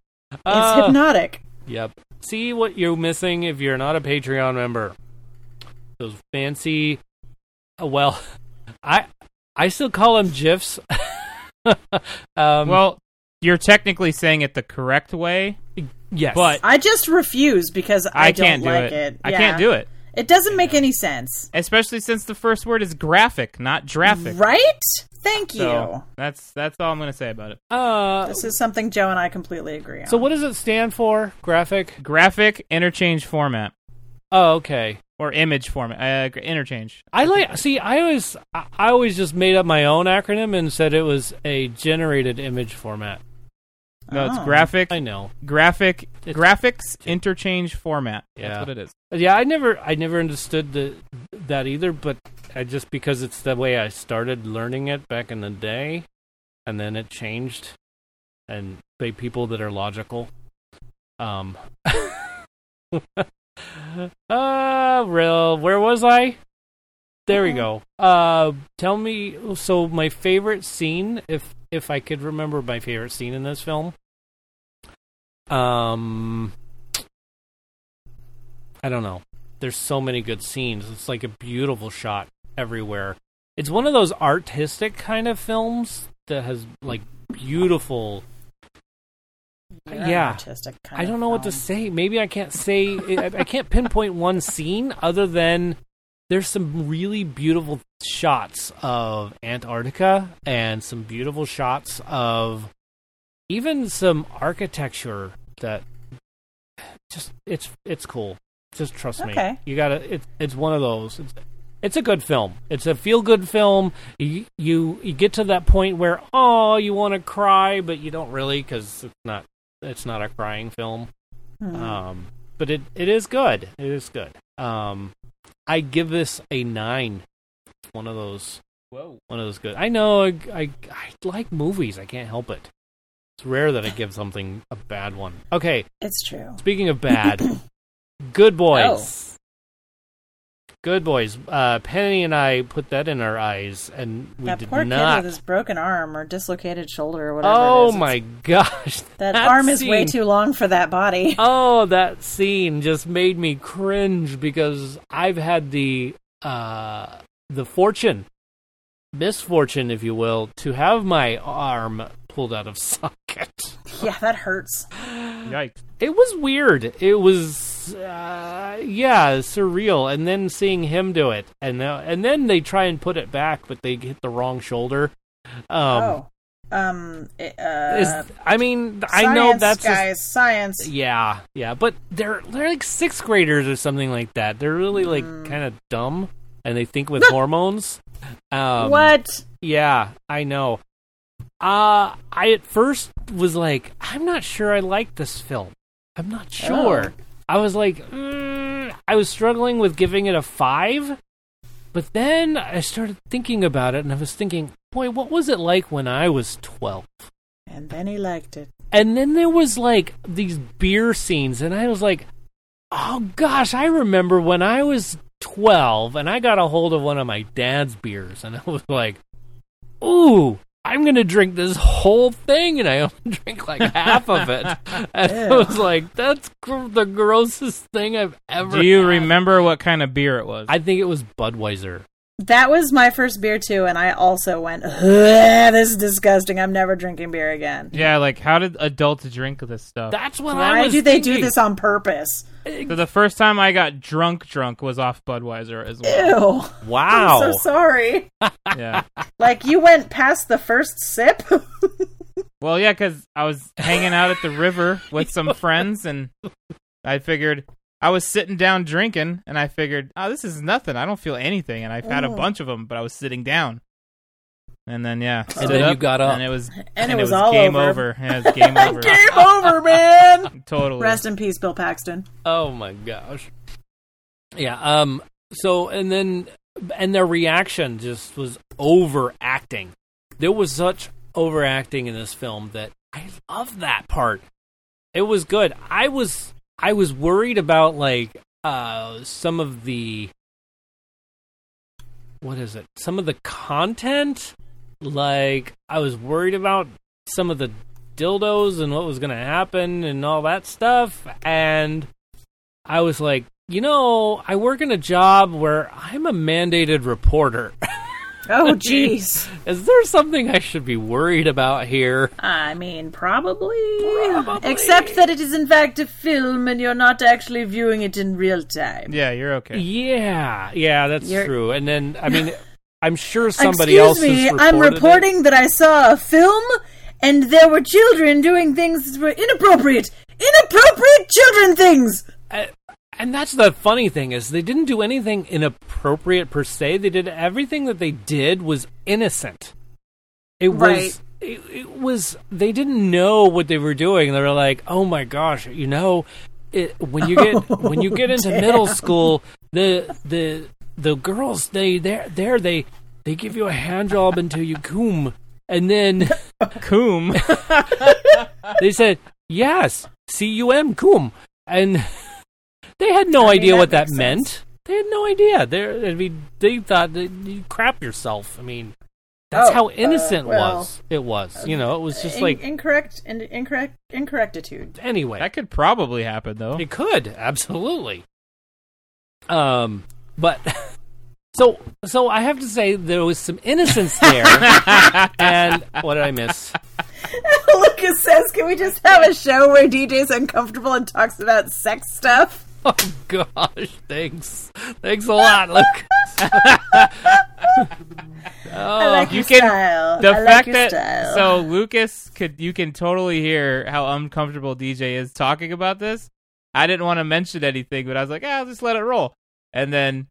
Uh, hypnotic. Yep. See what you're missing if you're not a Patreon member. Those fancy. uh, Well, *laughs* I I still call them gifs. *laughs* um, Well, you're technically saying it the correct way. yes, but- I just refuse because I, I, don't can't do like it. it. I can't do it. It doesn't make any sense, Especially since the first word is graphic, not graphic. right? Thank you. So that's that's all I'm gonna say about it. uh, This is something Joe and I completely agree on. So what does it stand for? Graphic? Graphic interchange format Oh, okay. or image format. Uh, gr- interchange. I like. See, I always, I I always just made up my own acronym and said it was a generated image format. No, Oh. it's graphic I know. graphic It's- graphics interchange format. Yeah. That's what it is. Yeah, I never, I never understood the, that either. But I just because it's the way I started learning it back in the day, and then it changed, and they people that are logical. Um. *laughs* uh, real. Where was I? There we go. Uh, tell me. So my favorite scene, if if I could remember my favorite scene in this film, um, I don't know. There's so many good scenes. It's like a beautiful shot everywhere. It's one of those artistic kind of films that has like beautiful. You're an Yeah. artistic kind I don't of know what to film. say. Maybe I can't say. *laughs* I, I can't pinpoint one scene other than there's some really beautiful shots of Antarctica and some beautiful shots of even some architecture that just it's it's cool. Just trust me. Okay. You gotta. It's it's one of those. It's, it's a good film. It's a feel good film. You, you you get to that point where oh you want to cry but you don't really because it's not it's not a crying film. Hmm. Mm-hmm. Um, but it it is good. It is good. Um, I give this a nine. It's One of those. Whoa. One of those good. I know. I, I I like movies. I can't help it. It's rare that I give something a bad one. Okay. It's true. Speaking of *coughs* bad, Good Boys. Oh. Good Boys. Uh, Penny and I put that in our eyes, and we that did poor not. kid with his broken arm or dislocated shoulder or whatever. it oh is, it's- my gosh! *laughs* That, arm is way scene. too long for that body. *laughs* Oh, that scene just made me cringe because I've had the uh, the fortune, misfortune, if you will, to have my arm pulled out of *laughs* socket. Yeah, that hurts. Yikes. It was weird. It was, uh, yeah, surreal. And then seeing him do it, and now, and then they try and put it back, but they hit the wrong shoulder. Um, oh, um, it, uh, is, I mean, I know science, that's just- guys science. Yeah, yeah, but they're they're like sixth graders or something like that. They're really like Mm. kind of dumb, and they think with hormones. Um, what? Yeah, I know. Uh I at first was like, I'm not sure I like this film. I'm not sure. I was like, mm, I was struggling with giving it a five, but then I started thinking about it, and I was thinking, boy, what was it like when I was twelve? And then he liked it. And then there was like these beer scenes, and I was like, oh gosh, I remember when I was 12 and I got a hold of one of my dad's beers, and *laughs* I was like, ooh. I'm gonna drink this whole thing, and I *laughs* only drink like half of *laughs* it. And I was like, "That's gr- the grossest thing I've ever." Do you had." remember what kind of beer it was? I think it was Budweiser. That was my first beer too, and I also went, "Ugh, "This is disgusting. I'm never drinking beer again." yeah, like how did adults drink this stuff? That's what I Why was. do they do thinking. this on purpose? so the first time I got drunk, drunk was off Budweiser as well. Ew. Wow. I'm so sorry. yeah. Like you went past the first sip. *laughs* Well, yeah, because I was hanging out at the river *laughs* with some friends, and I figured I was sitting down drinking, and I figured, oh, this is nothing. I don't feel anything, and I had Oh. a bunch of them, but I was sitting down. And then yeah, and then you got up. and it was And it was all game over. over. Yeah, it *laughs* was game over. Game *laughs* over, man. Totally. Rest in peace, Bill Paxton. Oh my gosh. Yeah. Um. So and then and their reaction just was overacting. There was such overacting in this film that I love that part. It was good. I was I was worried about like uh some of the what is it? Some of the content like I was worried about some of the dildos and what was going to happen and all that stuff and I was like, you know, I work in a job where I'm a mandated reporter. *laughs* Oh, jeez. Is there something I should be worried about here? I mean, probably. Except that it is, in fact, a film and you're not actually viewing it in real time. Yeah, you're okay. Yeah, yeah, that's You're- true. And then I *laughs* mean, I'm sure somebody Excuse else me, has I'm reported it. reporting that I saw a film and there were children doing things that were inappropriate. Inappropriate children things! And that's the funny thing is they didn't do anything inappropriate per se. They did everything that they did was innocent. It Right. was it, it was they didn't know what they were doing. They were like, "Oh my gosh, you know, it, when you get when you get into middle school, the the the girls they there there they they give you a hand job until you coom, and then Coom. they said yes, c u m coom, and *laughs* they had no I mean, idea that what that makes meant. sense. They had no idea. They I mean they thought that you crap yourself. I mean. That's Oh, how uh, innocent well, um, was it was. You know, it was just In- like incorrect and incorrect incorrectitude. *laughs* anyway. that could probably happen though. It could absolutely. Um, but *laughs* so so I have to say there was some innocence *laughs* there, and what did I miss? Lucas says, "Can we just have a show where DJ's uncomfortable and talks about sex stuff?" *laughs* Oh gosh, thanks, thanks a lot, *laughs* Oh. Lucas. I like Oh, you your can- style. the I like fact your that style. so Lucas could you can totally hear how uncomfortable DJ is talking about this. I didn't want to mention anything, but I was like, ah, I'll just let it roll. And then,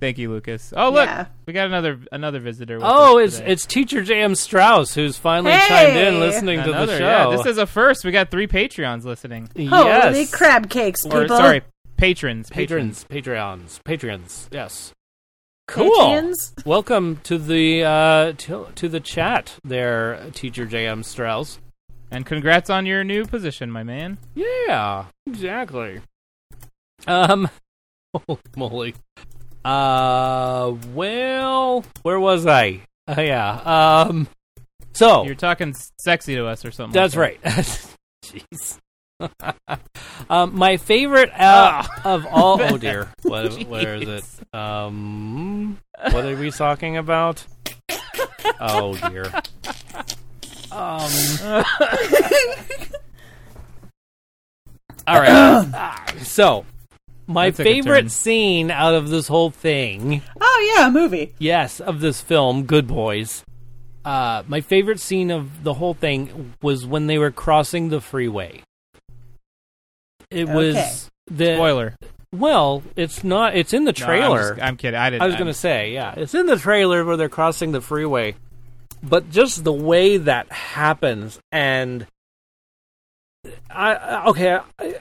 thank you, Lucas. Oh look, Yeah. we got another another visitor. With Oh, us it's today. it's teacher J.M. Strauss who's finally Hey! chimed in, listening to the Another, show. Yeah, this is a first. We got three Patreons listening, yes. holy crab cakes, people. or sorry, patrons, patrons, Patreons, patrons. Yes. Cool. Patrons? Welcome to the uh, to, to the chat there, teacher J.M. Strauss. and congrats on your new position, my man. Yeah, exactly. Um, *laughs* holy moly. Uh, well, where was I? Uh, yeah. Um, so You're talking sexy to us or something. That's like right. *laughs* Jeez. um, my favorite uh, of *laughs* all. Oh dear. *laughs* What, where is it? Um, what are we talking about? Oh dear. Um. *laughs* all right. *coughs* Ah, so, my That took a turn. favorite scene out of this whole thing. Oh yeah, a movie. Yes, of this film, Good Boys. Uh, my favorite scene of the whole thing was when they were crossing the freeway. It Okay. was the that. Spoiler. Well, it's not. It's in the No, trailer. I'm, just- I'm kidding. I didn't. I was going to say, yeah, it's in the trailer where they're crossing the freeway, but just the way that happens, and I- I okay, I,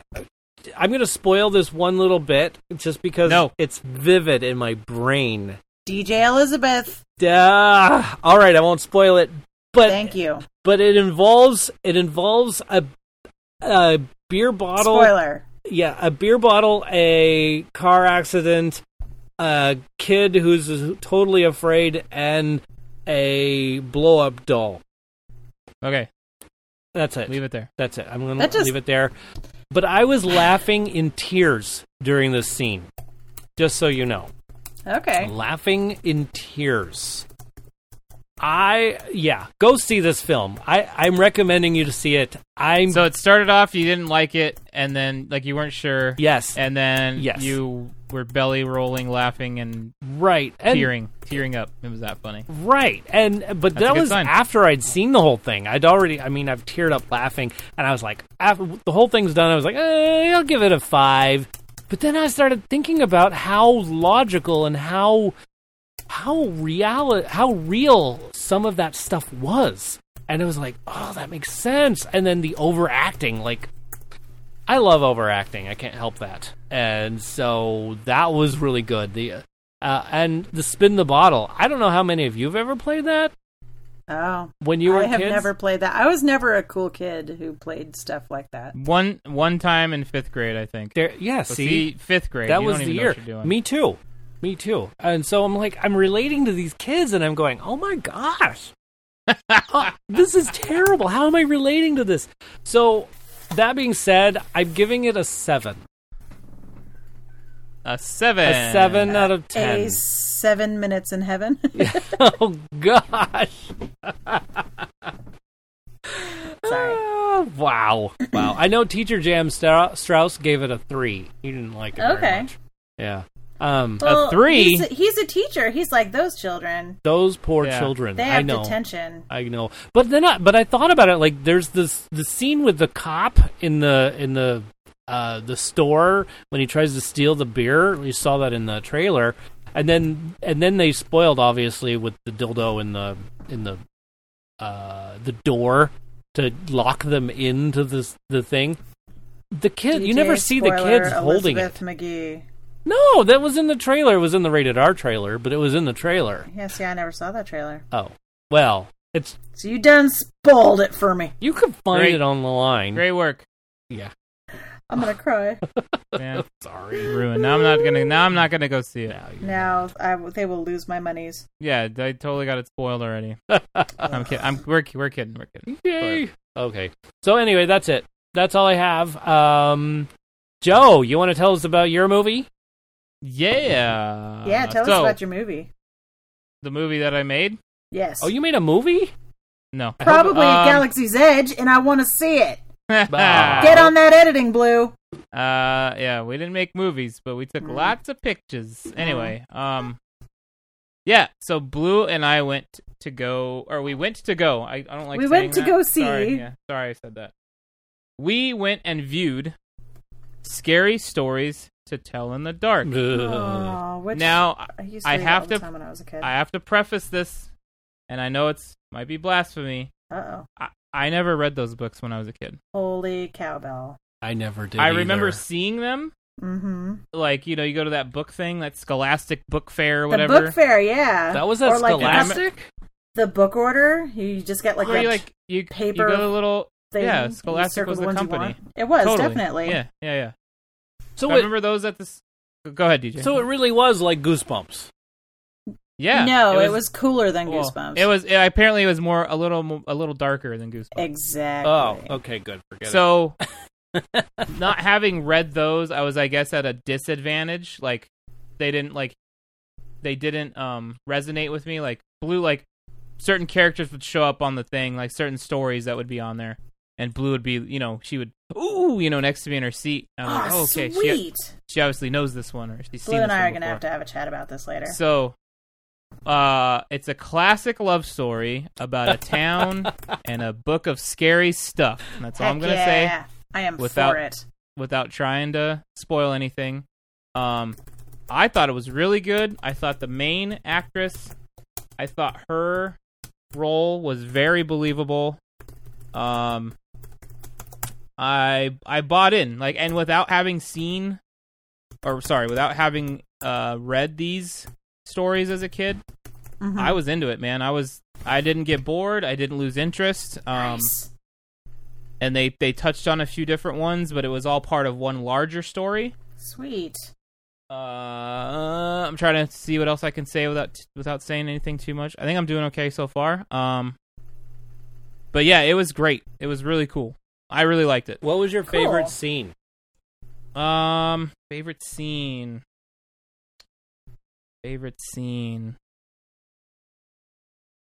I'm going to spoil this one little bit just because No. it's vivid in my brain. DJ Elizabeth. Duh. All right, I won't spoil it, but Thank you. but it involves it involves a a beer bottle. Spoiler. Yeah, a beer bottle, a car accident, a kid who's totally afraid, and a blow up doll. Okay, That's it. leave it there. That's it. I'm gonna That just- leave it there. But I was laughing in tears during this scene. Just so you know. Okay. Laughing in tears. I yeah, go see this film. I I'm recommending you to see it. I'm So it started off you didn't like it, and then like you weren't sure. yes, And then Yes. you were belly rolling, laughing, and right. And tearing, tearing up. It was that funny. right. And but That's a that good was sign. after I'd seen the whole thing. I'd already I mean, I've teared up laughing and I was like after the whole thing's done, I was like, eh, I'll give it a 5. But then I started thinking about how logical and how how real how real some of that stuff was and it was like oh that makes sense and then the overacting like i love overacting i can't help that and so that was really good the uh, and the spin the bottle i don't know how many of you have ever played that Oh, when you were I have kids never played that. I was never a cool kid who played stuff like that. One one time in fifth grade, I think. there yeah So see see, fifth grade. that you was don't the even know year. what you're doing. Me too. Me too. And so I'm like, I'm relating to these kids, and I'm going, oh my *laughs* gosh, Uh, this is terrible. How am I relating to this? So that being said, I'm giving it a seven, a seven. a seven out of A ten. seven minutes in heaven. *laughs* *laughs* oh gosh. Sorry. Ah, wow. Wow. I know teacher Jam Stra- Strauss gave it a three. He didn't like it. very Okay. much. Yeah. Um. Well, three? He's a, he's a teacher. He's like those children. Those poor Yeah. children. They I have know. detention. I know, but then I, but I thought about it like there's this the scene with the cop in the in the uh, the store when he tries to steal the beer. You saw that in the trailer, and then and then they spoiled obviously with the dildo in the in the uh, the door to lock them into this the thing. The kid, you never DJ see the spoiler, kids holding it. Elizabeth McGee. No, that was in the trailer. It was in the rated R trailer, but it was in the trailer. Yeah, see, I never saw that trailer. Oh, well, it's So you done spoiled it for me. you can find Great. it on the line. *laughs* Great work. Yeah, I'm gonna cry. *laughs* Man, sorry. ruined. Now I'm not gonna. Now I'm not gonna go see it. Now you- now I, they will lose my monies. Yeah, I totally got it *laughs* spoiled already. I'm kidding. I'm we're we're kidding. We're kidding. Yay. Okay. So anyway, that's it. That's all I have. Um, Joe, you want to tell us about your movie? Uh, Yeah. yeah, tell us So, about your movie. the movie that I made. Yes. Oh, you made a movie? I No. hope- Probably um, Galaxy's Edge, and I want to see it. *laughs* Ah. Get on that editing, Blue. Uh, yeah, we didn't make movies, but we took Mm. lots of pictures. Anyway, um, yeah. So Blue and I went to go, or we went to go. I, I don't like. We saying went to that. go Sorry, see. yeah, sorry, I said that. We went and viewed scary stories to tell in the dark. Ugh. Oh, which Now I used to I read have all the to- time when I was a kid. I have to preface this, and I know it's might be blasphemy. Uh oh. I, I never read those books when I was a kid. Holy cowbell. I never did. I remember either. seeing them. Mm-hmm. Like you know, you go to that book thing, that Scholastic book fair, or The whatever. book fair, yeah. that was a Or, like, the cus- Scholastic. The book order. You just get like where that you like you paper You got a little thing. yeah. and you Scholastic circle was the the ones you company. want. It was Totally. definitely. Yeah, yeah, yeah. so I it, remember those at this. Go ahead, DJ. so it really was like Goosebumps. yeah. No, it was, cooler than well, Goosebumps. It was it- apparently it was more a little mo- a little darker than Goosebumps. exactly. Oh, okay, good. Forget it. So, not having read those, I was, I guess, at a disadvantage. Like, they didn't like, they didn't um resonate with me. Like, blue, like certain characters would show up on the thing, like certain stories that would be on there, and blue would be, you know, she would, ooh, you know, next to me in her seat. And I'm like, Oh, oh, okay, she sweet. she obviously knows this one, or she's Blue seen and this I are one going to have before. to have a chat about this later. So, uh, it's a classic love story about *laughs* a town and a book of scary stuff. And that's all I'm Heck gonna say yeah. I am without- for it. without trying to spoil anything. Um, I thought it was really good. I thought the main actress, I thought her role was very believable. Um, I I bought in like, and without having seen, or sorry, without having uh read these stories as a kid, Mhm. I was into it, man. I was I didn't get bored. I didn't lose interest. Um, Nice. and they they touched on a few different ones, but it was all part of one larger story. Sweet. Uh, I'm trying to see what else I can say without without saying anything too much. I think I'm doing okay so far. Um, but yeah, it was great. It was really cool. I really liked it. what was your favorite Cool. scene? Um, favorite scene. Favorite scene.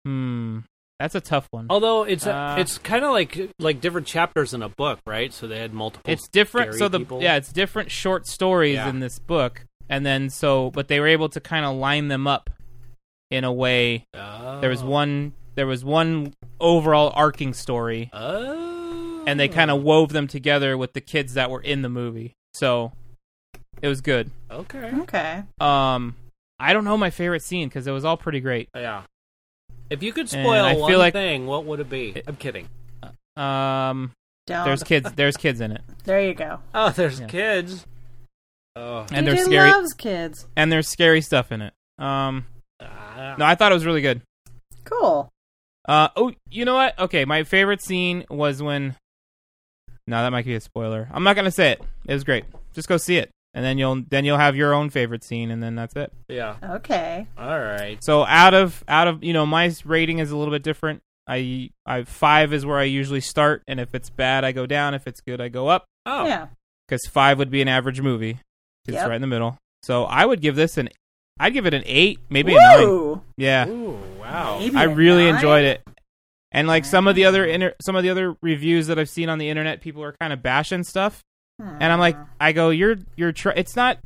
Hmm, that's a tough one. Although it's a- Uh, it's kind of like like different chapters in a book, right? So they had multiple. it's different scary so the people. yeah it's different short stories Yeah. in this book and then so but they were able to kind of line them up in a way Oh. there was one there was one overall arcing story Oh. and they kind of wove them together with the kids that were in the movie so it was good okay. Okay. um i don't know my favorite scene because it was all pretty great Yeah. If you could And spoil I feel one like- thing, what would it be? I'm kidding. um Don't. there's kids there's *laughs* kids in it there you go. Oh, there's Yeah. kids. Oh. DJ and there's scary loves kids. and there's scary stuff in it um ah, no i thought it was really good Cool. Uh oh, you know what? Okay, my favorite scene was when. No, that might be a spoiler. I'm not gonna say it. It was great. Just go see it, and then you'll then you'll have your own favorite scene, and then that's it. Yeah. Okay. All right. So out of out of you know my rating is a little bit different. I I five is where I usually start, and if it's bad, I go down. If it's good, I go up. Oh. Yeah. Because five would be an average movie. It's Yep. right in the middle. So I would give this an. I'd give it an eight, maybe a nine. Woo! Yeah. Ooh, wow. Maybe I a really nine? enjoyed it. And like some of the other inter- some of the other reviews that I've seen on the internet, people are kind of bashing stuff, and I'm like, I go, you're you're tr- it's not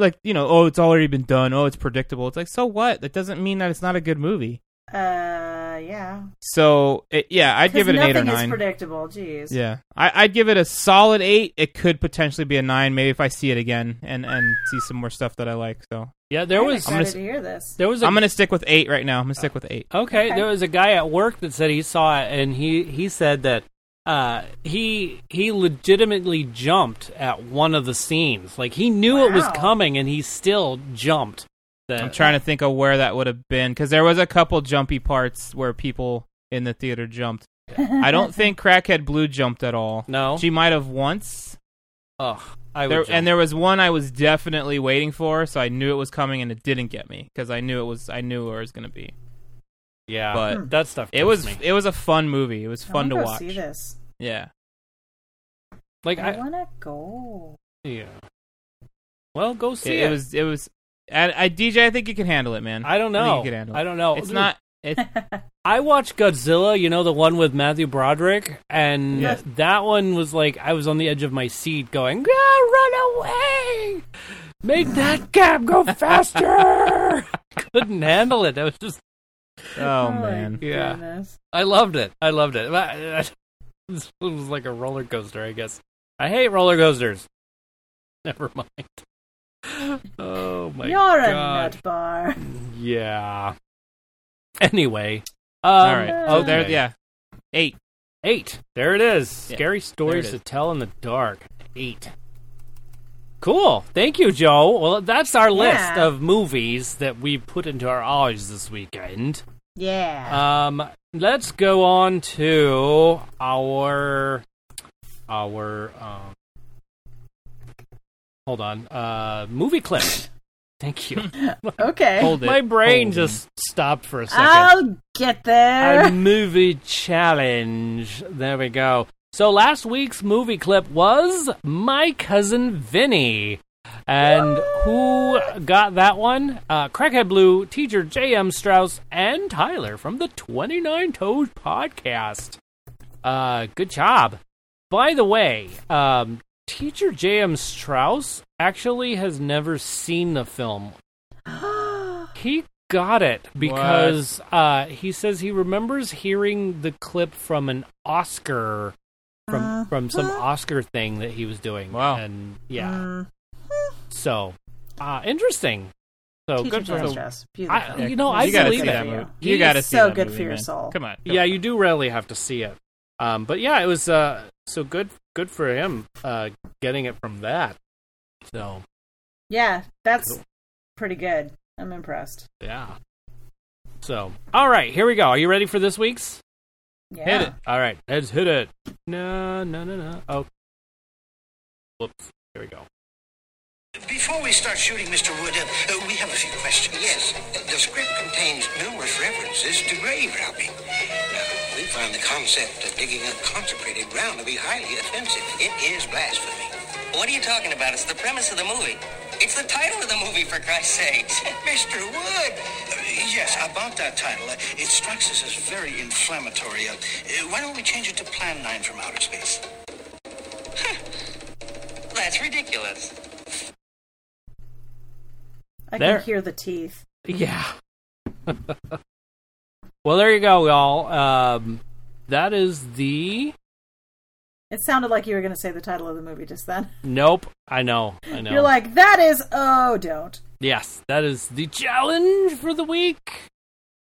like you know, oh, it's already been done, oh, it's predictable. It's like, so what? That doesn't mean that it's not a good movie. Uh, yeah. So it, yeah, I'd give it an nothing eight or is nine. predictable. Jeez. Yeah, I, I'd give it a solid eight. It could potentially be a nine, maybe if I see it again and and see some more stuff that I like. So Yeah, there I'm was excited gonna- to hear this. there was a I'm gonna stick with eight right now. I'm gonna stick with eight. Okay, Okay. there was a guy at work that said he saw it, and he he said that uh, he he legitimately jumped at one of the scenes. Like he knew it was Wow. coming, and he still jumped. The, I'm trying to think of where that would have been because there was a couple jumpy parts where people in the theater jumped. *laughs* I don't think Crackhead Blue jumped at all. No. she might have once. Ugh, I would There, jump. and there was one I was definitely waiting for, so I knew it was coming, and it didn't get me because I knew it was. I knew where it was gonna be. yeah, but- that stuff. It gets was. me. It was a fun movie. It was I fun to wanna go watch. See this. Yeah. like I I want to go. yeah. Well, go see it, it. it was it was I, I DJ I think you can handle it man I don't know. I, think you can handle it. I don't know. Um, it's not it's I watched Godzilla, you know, the one with Matthew Broderick, and Yes. that one was like I was on the edge of my seat going, ah, run away! Make that cab go faster! *laughs* Couldn't handle it. I was just, oh my man Yeah. goodness. I loved it. I loved it. *laughs* It was like a roller coaster, I guess. I hate roller coasters. *laughs* Never mind. *laughs* Oh my You're god. a nut bar. Yeah. Anyway. Um, all right oh there okay. yeah eight Eight. There it is. Yeah, Scary stories is. to tell in the dark. Eight. Cool. Thank you, Joe. Well, that's our list Yeah. of movies that we put into our eyes this weekend. Yeah. Um, let's go on to our our um. Hold on. Uh, movie clip. *laughs* Thank you. okay. Uh, hold it My brain Hold just stopped for a second I'll get there. *gasps* a movie challenge. There we go. So last week's movie clip was My Cousin Vinny. And who got that one? Uh, Crackhead Blue, teacher J.M. Strauss, and Tyler from the 29 Toes podcast. Uh, good job. By the way, um, teacher J.M. Strauss actually has never seen the film he got it because uh, he says he remembers hearing the clip from an Oscar from from some Oscar thing that he was doing. Wow. And yeah. Uh-huh. So uh, interesting. So Teacher good for James him. Strauss. I, Beautiful. you it. know, I you gotta believe see it. that it. movie He you gotta is see so that good movie, for your man. soul. come on come Yeah, on. you do rarely have to see it. Um, but yeah, it was uh, so good. Good for him uh, getting it from that. So Yeah, that's pretty good. I'm impressed. yeah. So all right, here we go. Are you ready for this week's? Yeah. Hit it. All right, let's hit it. No, no, no, no. Oh. Whoops. Here we go. Before we start shooting, Mr. Wood, uh, uh, we have a few questions. Yes, the script contains numerous references to grave robbing. Now, we find the concept of digging up consecrated ground to be highly offensive. It is blasphemy. What are you talking about? It's the premise of the movie. It's the title of the movie, for Christ's *laughs* sake. Mr. Wood! Uh, yes, about that title. Uh, it strikes us as very inflammatory. Uh, uh, why don't we change it to Plan 9 from Outer Space? That's ridiculous. I There. can hear the teeth. Yeah. *laughs* well, there you go, y'all. Um, that is the. It sounded like you were going to say the title of the movie just then. Nope. I know. I know. You're like, that is. Oh, don't. Yes, that is the challenge for the week.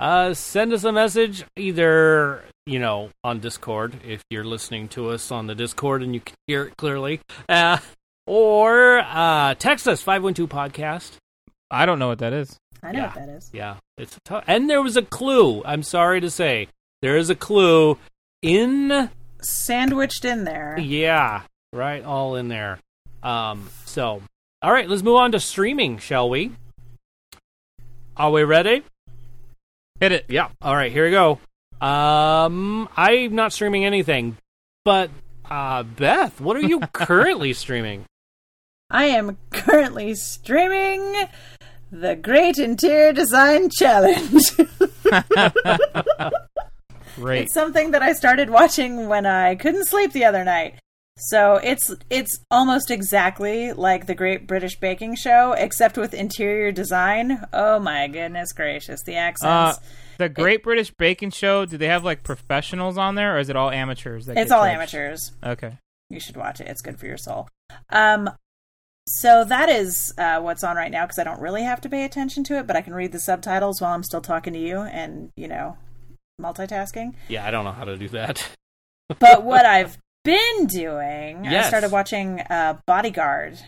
Uh, send us a message either, you know, on Discord if you're listening to us on the Discord and you can hear it clearly, uh, or uh, text us 512 podcast. I don't know what that is I know Yeah. what that is. Yeah, it's a tough. And there was a clue. I'm sorry to say, there is a clue in. Sandwiched in there. Yeah, right, all in there. Um, so, all right, let's move on to streaming, shall we? Are we ready? hit it Yeah. All right, here we go. Um, I'm not streaming anything, but uh, Beth, what are you currently streaming? I am currently streaming the Great Interior Design Challenge. *laughs* great It's something that I started watching when I couldn't sleep the other night. So it's it's almost exactly like the Great British Baking Show, except with interior design. Oh my goodness gracious, the Uh, accents! the Great British Baking Show. Do they have like professionals on there, or is it all amateurs? that it's get all judged? amateurs. Okay. You should watch it; it's good for your soul. Um, so that is uh, what's on right now because I don't really have to pay attention to it, but I can read the subtitles while I'm still talking to you, and you know, multitasking. Yeah, I don't know how to do that. But what I've been doing, Yes. I started watching uh, Bodyguard,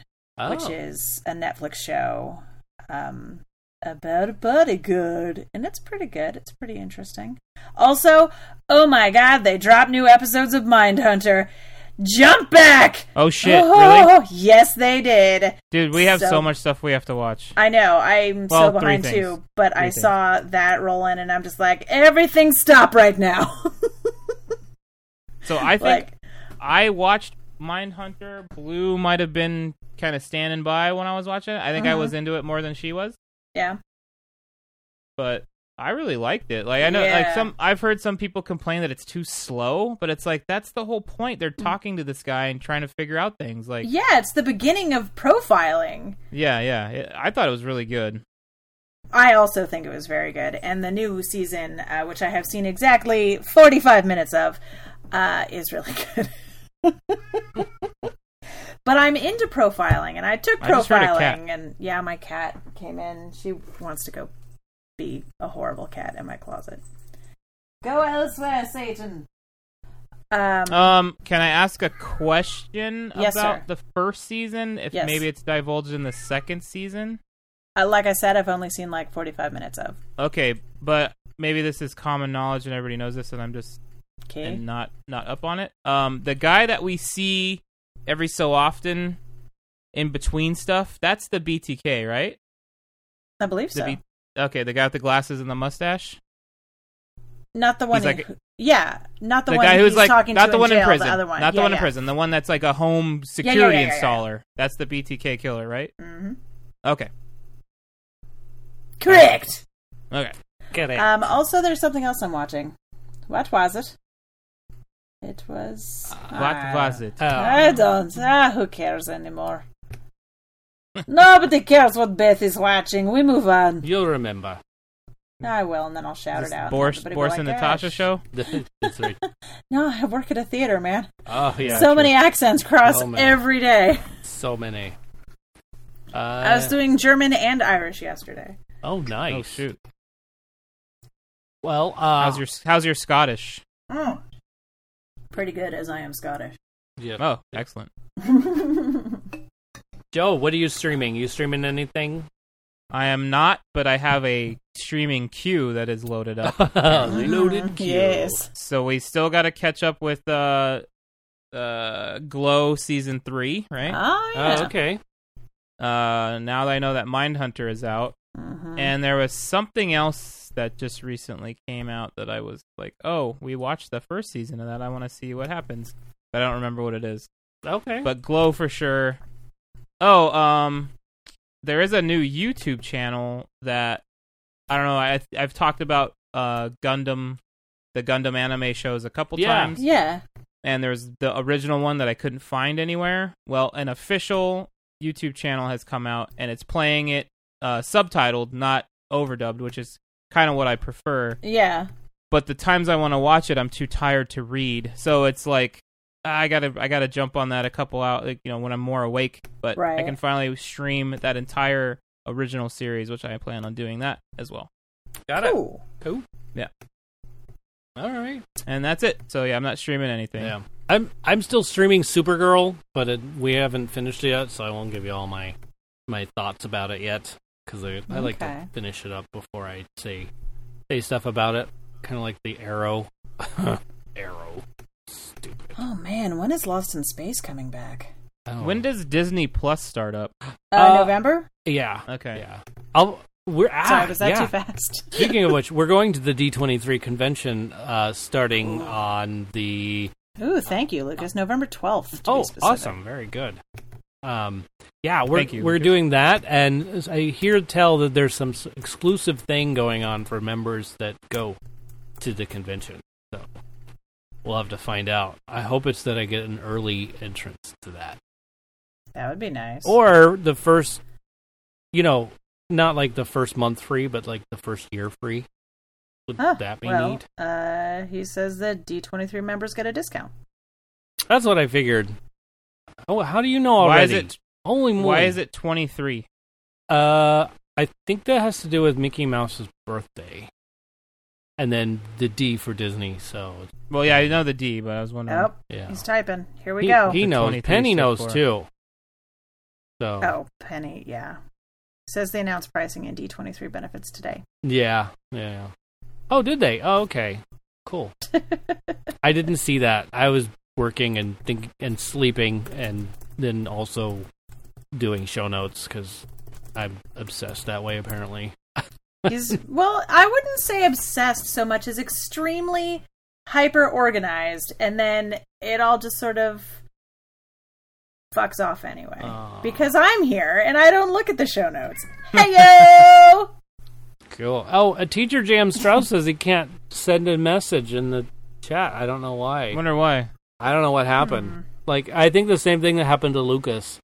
Oh. which is a Netflix show um, about a bodyguard, and it's pretty good. It's pretty interesting. Also, oh my god, they drop new episodes of Mindhunter. Jump back! *laughs* Oh shit! really, Oh, Yes, they did. dude? We have so, so- much stuff we have to watch. I know. I'm Well, so three behind things. too, but I Three things. saw that roll in, and I'm just like, everything stop right now. *laughs* So I think like, I watched Mindhunter. Blue might have been kind of standing by when I was watching it. I think I Uh-huh. was into it more than she was, yeah. but I really liked it. Like I know like Yeah. some I've heard some people complain that it's too slow, but it's like that's the whole point. Mm. They're talking to this guy and trying to figure out things. Like Yeah, it's the beginning of profiling. yeah, yeah. It- I thought it was really good. I also think it was very good. And the new season, uh, which I have seen exactly 45 minutes of, uh, is really *laughs* good. but I'm into profiling, and I took I just heard a cat. profiling. And yeah, my cat came in. She wants to go be a horrible cat in my closet. Go elsewhere, Satan. Um, Um, can I ask a question Yes, about sir. the first season? If Yes. maybe it's divulged in the second season? uh, like I said, I've only seen like 45 minutes of. Okay, but maybe this is common knowledge and everybody knows this and I'm just Okay. and not not up on it. Um, the guy that we see every so often in between stuff, that's the BTK, right? I believe The so. B- okay, the guy with the glasses and the mustache. Not the one. He's in- like- yeah, not the, one guy who's he's like talking not to the one jail, in prison, The other one. not the Yeah, one in yeah. prison, the one that's like a home yeah, security yeah, yeah, yeah. installer. That's the BTK killer, right? Mhm. Okay, Correct. okay. Get it. Um, also, there's something else I'm watching. What was it? It was. Uh, What Ah, was it? Oh. I don't. Ah, who cares anymore? *laughs* Nobody cares what Beth is watching. We move on. You'll remember. I will, and then I'll shout This it out. Boris, Everybody will Boris like, and "Ah, Natasha sh- show. That's *laughs* right. No, I work at a theater, man. Oh yeah. so true. many accents cross Oh, man. every day. So many. Uh, I was doing German and Irish yesterday. oh nice. Oh shoot! Well, uh, How's your How's your Scottish? Mm. Pretty good, as I am Scottish. yeah. Oh, excellent. Joe? What are you streaming? You streaming anything? I am not, but I have a streaming queue that is *laughs* loaded up. *laughs* Loaded queue. Mm-hmm. yes. So we still got to catch up with uh, uh, Glow season three, right? Oh yeah. Oh, okay. Uh, now that I know that Mindhunter is out, and there was something else that just recently came out that I was like, oh, we watched the first season of that. I want to see what happens, but I don't remember what it is. Okay. But Glow for sure. Oh, um, there is a new YouTube channel that I don't know. I I've talked about uh Gundam, the Gundam anime shows a couple Yeah. times. Yeah. Oh, and there's the original one that I couldn't find anywhere. Well, an official YouTube channel has come out and it's playing it uh, subtitled, not overdubbed, which is kind of what I prefer. Yeah. But the times I want to watch it, I'm too tired to read, so it's like I gotta I gotta jump on that a couple out, like, you know, when I'm more awake. But I Right. can finally stream that entire original series, which I plan on doing that as well. Got it. Cool. Cool. Yeah. All right. And that's it. So yeah, I'm not streaming anything. Yeah. I'm I'm still streaming Supergirl, but it, we haven't finished it yet, so I won't give you all my my thoughts about it yet because I, I like to Okay. finish it up before I say say stuff about it. Kind of like the Arrow. *laughs* Arrow. Stupid. Oh man, when is Lost in Space coming back? Oh. When does Disney Plus start up? Uh, Uh, November? Yeah. Okay. Yeah. I'll. We're ah, Sorry, was that yeah. too fast? *laughs* Speaking of which, we're going to the D23 convention uh, starting on the Ooh, thank you, Lucas. November twelfth. Oh, awesome! Very good. Um, yeah, we're Thank you, we're Lucas. doing that, and I hear tell that there's some s- exclusive thing going on for members that go to the convention. So We'll have to find out. I hope it's that I get an early entrance to that. That would be nice. Or the first, you know, not like the first month free, but like the first year free. Would Huh, that be well, neat? Uh, he says that D23 members get a discount. That's what I figured. Oh, how do you know Why is already? it- Holy moly. Why is it 23? Uh, I think that has to do with Mickey Mouse's birthday. And then the D for Disney, so Well, yeah, I know the D, but I was wondering. Oh, Mm, yeah. he's typing. Here we he, go. He The knows. 23 Penny stood knows for. too. So oh, Penny, yeah. Says they announced pricing and D23 benefits today. yeah, yeah. Oh, did they? Oh, okay, *laughs* cool. I didn't see that. I was working and think and sleeping, and then also doing show notes because I'm obsessed that way. Apparently, He's well, I wouldn't say obsessed so much as extremely hyper organized, and then it all just sort of fucks off anyway. Aw. Because I'm here and I don't look at the *laughs* show notes. Heyo! cool. Oh, a teacher jam Strauss says he can't send a message in the chat. I don't know why. I wonder why. I don't know what happened. Like I think the same thing that happened to Lucas.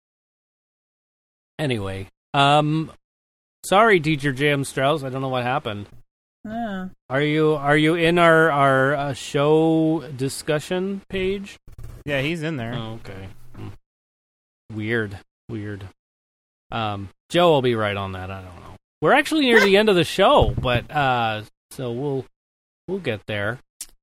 Anyway, um sorry teacher Jam Strauss, I don't know what happened. Yeah. Are you are you in our our uh, show discussion page? Yeah, he's in there. Oh, okay. Hmm. Weird, weird. Um Joe will be right on that, I don't know. We're actually near the end of the show, but uh so we'll we'll get there.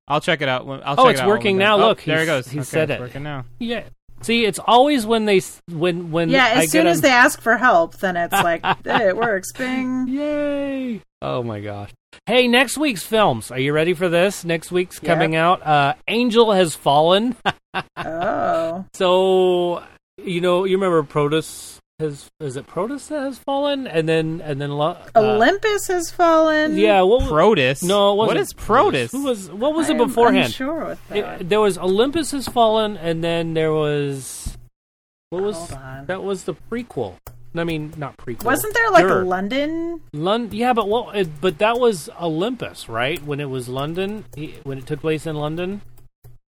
I'll check it out. when- I'll Oh, check it's it out when working we're now. done. Look, oh, there he's- it goes. he okay, said it's it. Working now. Yeah. See, it's always when they s- when when yeah, as I soon get as on- they ask for help, then *laughs* it's like, hey, it works. Bing. Yay! Oh my gosh. Hey, next week's films. Are you ready for this? Next week's Yep. coming out. Uh, Angel Has Fallen. *laughs* Uh, Oh. so you know you remember Protus has is it Protus that has fallen and then and then Lo- uh, Olympus has fallen. yeah what was, Protus. no it what wasn't is Protus? Who was what was I'm it beforehand? unsure with It- that. there was Olympus has fallen and then there was what was Hold on. that was the prequel. I mean not prequel. Wasn't there like Sure. a London? London, yeah, but well, it, but that was Olympus, right? When it was London, he- when it took place in London.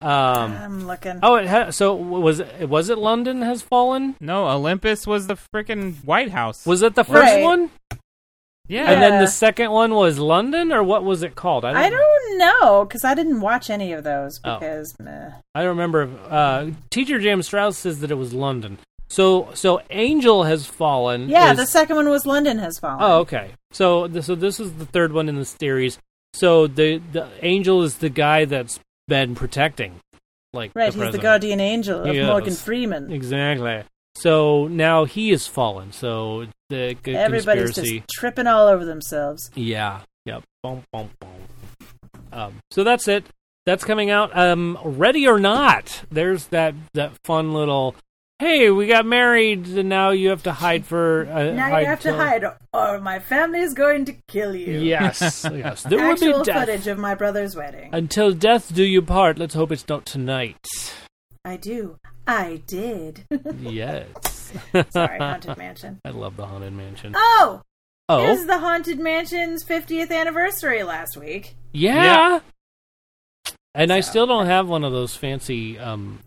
Um. I'm looking. Oh, it ha- so w- was it, was it London has fallen? No, Olympus was the freaking White House. Was it the first Right. one, yeah. and then Yeah. the second one was London, or what was it called? I don't know because I didn't watch any of those Oh. because meh. I don't remember. if- Uh, Teacher Jam Strauss says that it was London. So so Angel has fallen. yeah, Mm. is- the second one was London has fallen. Oh, okay. So, th- so this is the third one in this series. So the the angel is the guy that's been protecting, like The right, he's the president. guardian angel of Yes. Morgan Freeman. Exactly. So now he is fallen. So the g- Everybody's conspiracy. just tripping all over themselves. Yeah. Yep. Bum, bum, bum. Um, so that's it. That's coming out. Um, Ready or not? There's that that fun little. Hey, we got married, and now you have to hide for. Uh, now you have to till-" hide, or my family is going to kill you. *laughs* Yes, yes. There will Actual be death. footage of my brother's wedding. Until death do you part. Let's hope it's not *laughs* tonight. I do. I *laughs* did. yes. Sorry, haunted mansion. *laughs* I love the haunted mansion. Oh, it was oh, the haunted mansion's 50th anniversary last week. yeah. Yeah. And I So- still don't have one of those fancy um,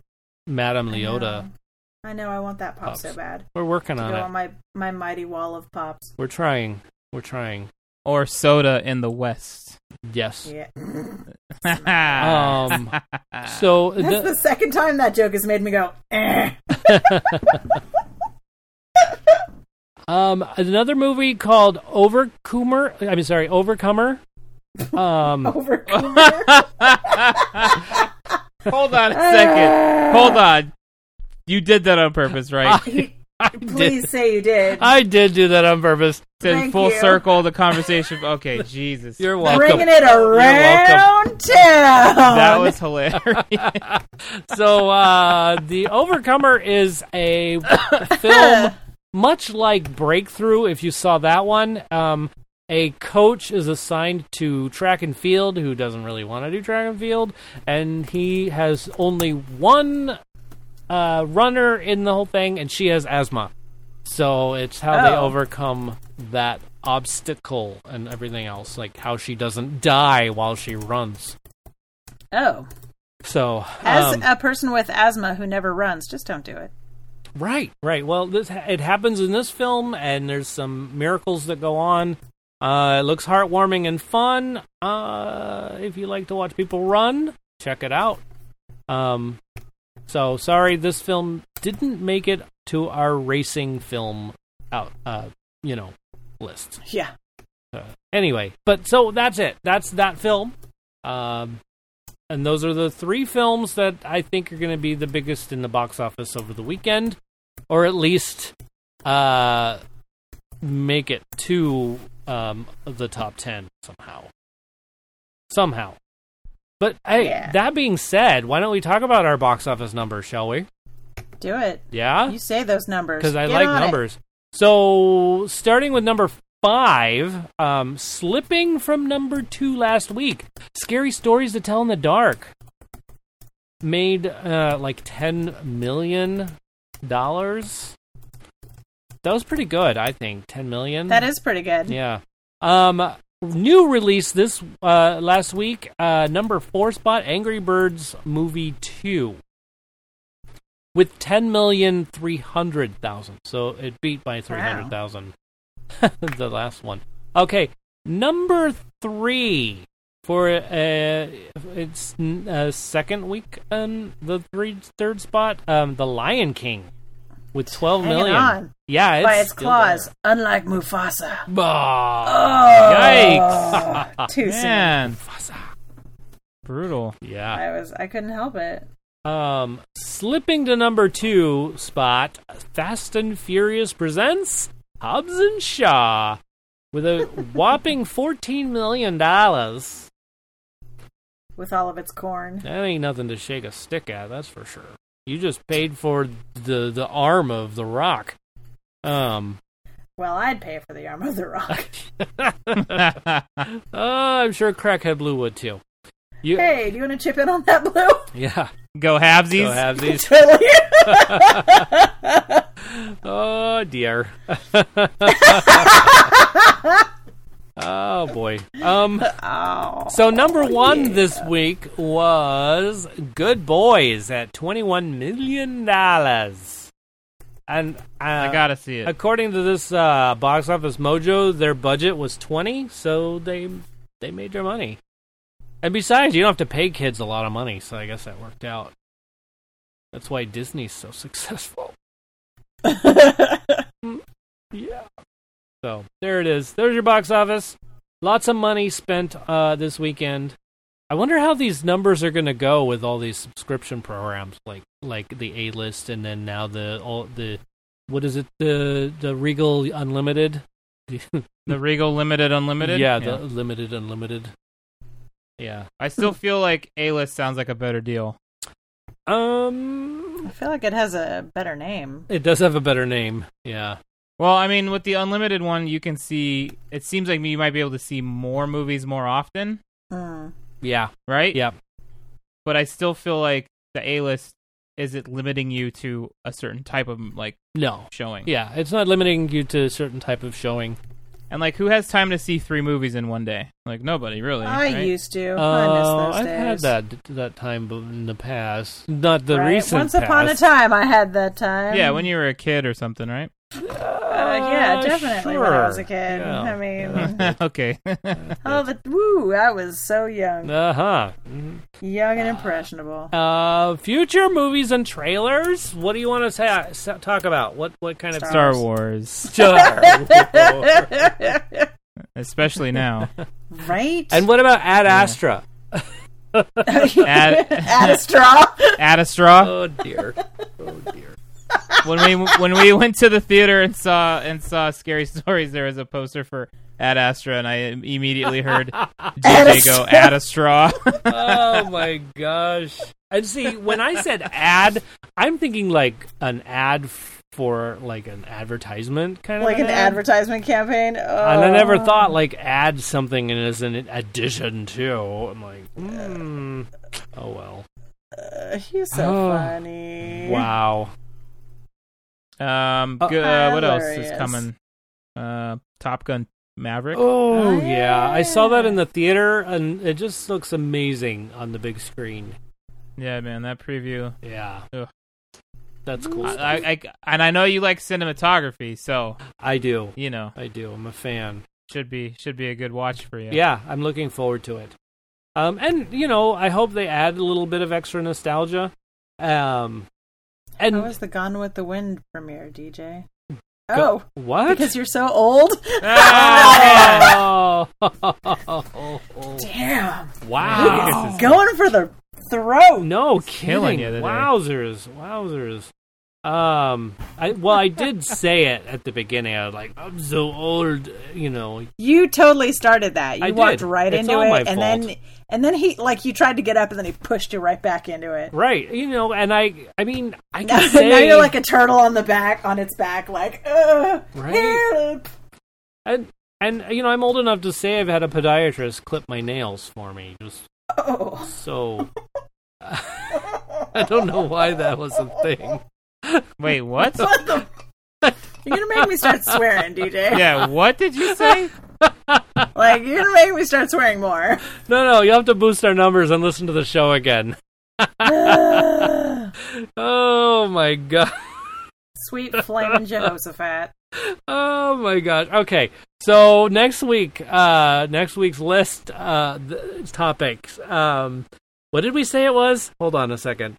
Madame I Leota. know. Um, I know. I want that pop Pops. so bad. We're working To on go it. on my my mighty wall of pops. We're trying. We're trying. or soda in the West. Yes. *laughs* Yeah, Um. So that's the the, second time that joke has made me go. *laughs* Eh. um another movie called Overcomer. I mean, sorry, Overcomer. Um. Over. Cooler. *laughs* Hold on a second. Hold on. You did that on purpose, Ah. *laughs* right? He- I did, Please say you did. I did do that on purpose. In thank full you. circle, the conversation. *laughs* Okay, Jesus. You're welcome. Bringing it around town. that was hilarious. so uh, the overcomer is a *laughs* film much like breakthrough if you saw that one um, a coach is assigned to track and field who doesn't really want to do track and field and he has only one uh, runner in the whole thing and she has asthma so it's how they Oh. overcome that obstacle and everything else like how she doesn't die while she runs oh, So, As um, a person with asthma who never runs, just don't do it. right, right. Well, this it happens in this film, and there's some miracles that go on. Uh, it looks heartwarming and fun. Uh, if you like to watch people run, check it out. Um, so sorry, this film didn't make it to our racing film out. Uh, you know, list. Yeah. anyway, but so that's it. That's that film. Um, and those are the three films that I think are going to be the biggest in the box office over the weekend, or at least uh, make it to um, the top 10 somehow. Somehow. But hey, Yeah. that being said, why don't we talk about our box office numbers, shall we? Do it. Yeah? You say those numbers. because I Get like on it. numbers. So starting with number five, um, slipping from number two last week, scary stories to tell in the dark made uh, like ten million dollars. That was pretty good, I think. Ten million. That is pretty good. Yeah. Um, new release this uh, last week. Uh, number four spot, Angry Birds Movie Two, with ten million three hundred thousand. So it beat by three hundred thousand. *laughs* the last one. Okay, number three for uh, its uh, second week on the three third spot. Um, The Lion King. With twelve Hanging million. on yeah, it's By its still there. claws, unlike Mufasa. Bah. Yikes. Too soon. Man, brutal. yeah. I was. I couldn't help it. Um, slipping to number two spot, Fast and Furious presents Hobbs and Shaw with *laughs* a whopping $14 million. That With all of its corn. ain't nothing to shake a stick at, that's for sure. You just paid for the, the arm of The Rock. *laughs* Um, *laughs* Well, I'd pay for the arm of the rock. uh, I'm sure Crackhead Blue would too. You, hey, do you want to chip in on that blue? *laughs* Yeah. Go Go Habsies. have these. Totally. *laughs* Oh *laughs* dear. oh boy. Um Oh. So number 1 this week was Good Boys at 21 million dollars. And uh, I gotta see it. According to this uh, box office mojo, their budget was 20, so they they made their money. And besides, you don't have to pay kids a lot of money, so I guess that worked out. That's why Disney's so *laughs* successful. yeah. So there it is. There's your box office. Lots of money spent uh, this weekend. I wonder how these numbers are going to go with all these subscription programs, like like the A List, and then now the all the what is it the the Regal Unlimited? The Regal Limited Unlimited. Yeah, the limited unlimited. Yeah. I still feel like A List sounds like a better deal. Um I feel like it has a better name. it does have a better name. Yeah. Well, I mean, with the unlimited one, you can see. It seems like you might be able to see more movies more often, Mm. Yeah. right? Yeah. But I still feel like the A list is it limiting you to a certain type of like No. showing. Yeah, it's not limiting you to a certain type of showing. And like, who has time to see three movies in one day? Like nobody really. I right? used to. Oh, I miss those I've had days. that that time in the past, not the Right? recent. Once upon past. a time, I had that time. Yeah, when you were a kid or something, right? Uh, yeah, Uh, definitely when I was sure. a kid. Yeah. I mean, *laughs* okay. *laughs* oh, the woo! I was so young, Uh-huh. young and impressionable. Uh Future movies and trailers. What do you want to say, s- talk about? What what kind of *laughs* Star Wars, *laughs* Star- especially *laughs* now. right? and *laughs* what about Ad Astra? Add, Add *laughs* a straw. add a straw. Oh dear. Oh dear. when we when we went to the theater and saw and saw scary stories, there was a poster for Ad Astra, and I immediately *laughs* heard DJ go Ad Astra. oh my gosh. And see, when I said ad, I'm thinking like an ad f- for like an advertisement kind like of an advertisement campaign. Oh. And I never thought like add something and as an addition to. I'm like, hmm. Oh well. He's so Oh. funny. Wow. um, Oh, good, uh, what else is Hilarious. coming? Uh, Top Gun Maverick. Oh yeah, I saw that in the theater, and it just looks amazing on the big screen. Yeah, man, that preview. Yeah. Ugh. That's cool. I, uh, I, I and I know you like cinematography, so I do. you know I do. I'm a fan. should be should be a good watch for you. Yeah, I'm looking forward to it. Um, and you know, I hope they add a little bit of extra nostalgia. Um, and How was the Gone with the Wind premiere, DJ? go- Oh, what? because you're *laughs* so old. Ah, man. Oh. *laughs* Damn, wow! going for the *laughs* throat. No killing kidding! you today. Wowzers! Wowzers! Um, I well, I *laughs* did say it at the beginning. I was like, I'm so old, you know. You totally started that. You I walked did. right It's into all it, my and fault. then and then he like you tried to get up, and then he pushed you right back into it. Right, you know, and I, I mean, I *laughs* now can say you're like a turtle on the back on its back, like uh, Right. help. *laughs* and and you know, I'm old enough to say I've had a podiatrist clip my nails for me. Just Oh. so, *laughs* I don't know why that was a thing. *laughs* Wait, what? What the? You're gonna make me start *laughs* swearing, DJ. yeah, what did you say? Like you're gonna make me start *laughs* swearing more. No, no, you will have to boost our numbers and listen to the show again. *laughs* oh my god. Sweet flaming Jehoshaphat. Oh my gosh. Okay. So next week, uh next week's list uh th- topics. Um what did we say it was? Hold on a second.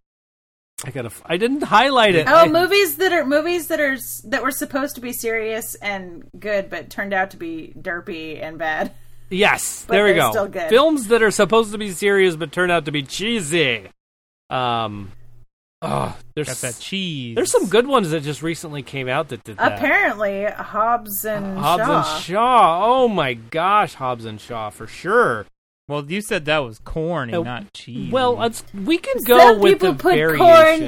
I got to I didn't highlight it. Oh, I- movies that are movies that are s- that were supposed to be serious and good, but turned out to be derpy and bad. Yes. But there we they're go. still good. Films that are supposed to be serious but turn out to be cheesy. Um Oh, there's Got that cheese. There's some good ones that just recently came out that did that. Apparently, Hobbs and Hobbs Shaw. and Shaw. Oh my gosh, Hobbs and Shaw for sure. Well, you said that was corny, Oh, not cheese. Well, let's, we can go some with people the put variation.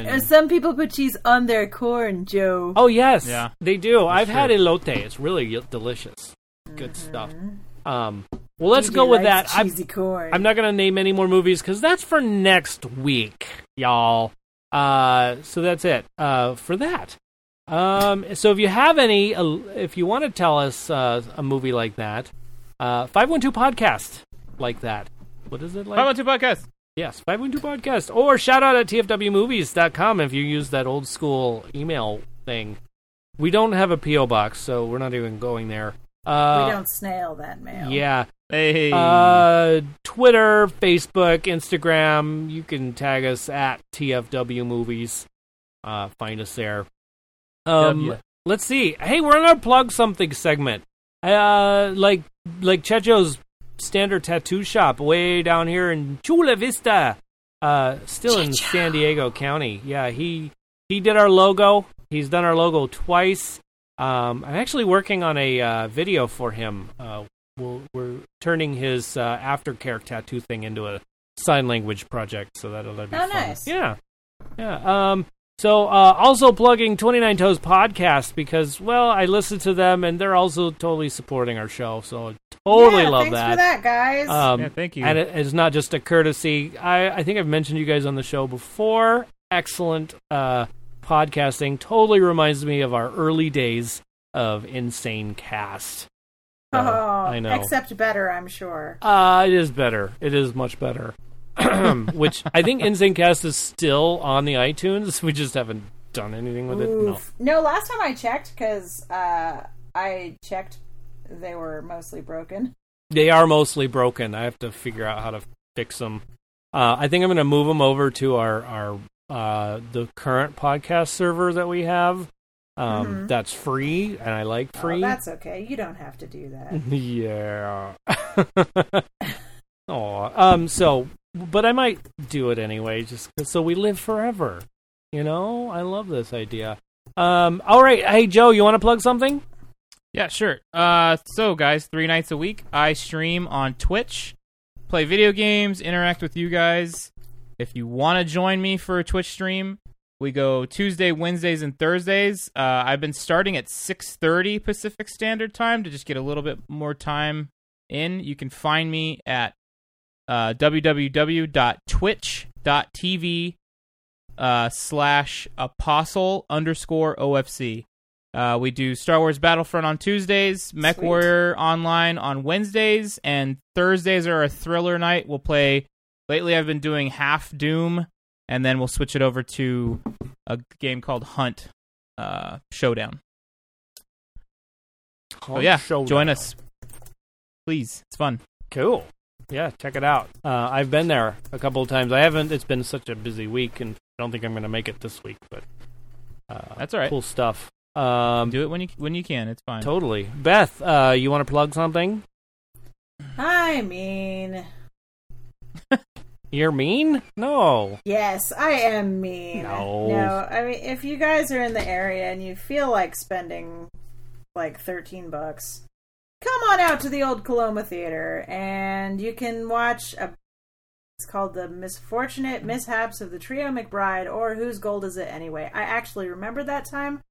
corn. uh, Some people put cheese on their corn, Joe. oh yes, Yeah. they do. I've true. had elote. It's really y- delicious. Good stuff. Mm-hmm. Um, well, let's DJ go with that. likes I'm, Cheesy corn. I'm not going to name any more movies because that's for next week, y'all. Uh, so that's it uh, for that. Um, so if you have any, uh, if you want to tell us uh, a movie like that, uh, 512 podcast like that. What is it like? How about two podcasts? Yes, 512 podcast. Or shout out at tfwmovies.com if you use that old school email thing. We don't have a P.O. box, so we're not even going there. Uh, we don't snail that mail. Yeah. Hey, Uh, Twitter, Facebook, Instagram. You can tag us at TFW Movies. Uh, find us there. Um, W. let's see. Hey, we're in our plug something segment. Uh, like like Checho's standard tattoo shop way down here in Chula Vista. Uh, still in San Diego County. Yeah, he he did our logo. He's done our logo twice. Um, I'm actually working on a uh, video for him. Uh, we'll, we're turning his uh, aftercare tattoo thing into a sign language project, so that'll that'll be Oh, fun. nice. Yeah, yeah. Um, so uh, also plugging Twenty Nine Toes podcast because well, I listen to them and they're also totally supporting our show, so I totally Yeah, love thanks for that, guys. um, Yeah, thank you. And it is not just a courtesy. I, I think I've mentioned you guys on the show before. Excellent uh, podcasting. Totally reminds me of our early days of Insane Cast. *laughs* oh, Uh, I know. Except better, I'm sure. uh, it is better. It is much better. *clears throat* Which I think Insane Cast is still on the iTunes. *laughs* We just haven't done anything with it. No. Oof. No. last time I checked, because uh, I checked, they were mostly broken. they are mostly broken. I have to figure out how to fix them. Uh, I think I'm going to move them over to our our uh, the current podcast server that we have. Um, That's free, and I like Mm-hmm. Oh, free. that's okay. You don't have to do that. *laughs* yeah. *laughs* Aw. Um. So, but I might do it anyway, just 'cause- so we live forever. You know, I love this idea. Um. All right. Hey, Joe, you want to plug something? Yeah, sure. Uh, so guys, three nights a week, I stream on Twitch, play video games, interact with you guys. If you want to join me for a Twitch stream, we go Tuesday, Wednesdays, and Thursdays. Uh, I've been starting at 6:30 Pacific Standard Time to just get a little bit more time in. You can find me at uh, www.twitch.tv uh, slash apostle underscore OFC. Uh, we do Star Wars Battlefront on Tuesdays, Mech Sweet. Warrior Online on Wednesdays, and Thursdays are a thriller night. We'll play. Lately, I've been doing half Doom and then we'll switch it over to a game called Hunt uh, Showdown. Oh yeah, join us, please. It's fun. Cool. Yeah, check it out. Uh, I've been there a couple of times. I haven't. It's been such a busy week, and I don't think I'm going to make it this week. But uh, That's all right. Cool stuff. Um, Do it when you when you can. It's fine. totally. Beth, uh, you want to plug something? I mean, You're mean? No. yes, I am mean. No. no. I mean, if you guys are in the area and you feel like spending like thirteen bucks, come on out to the old Coloma Theater and you can watch a. It's called the Misfortunate Mishaps of the Trio McBride, or Whose Gold Is It Anyway? I actually remember that time.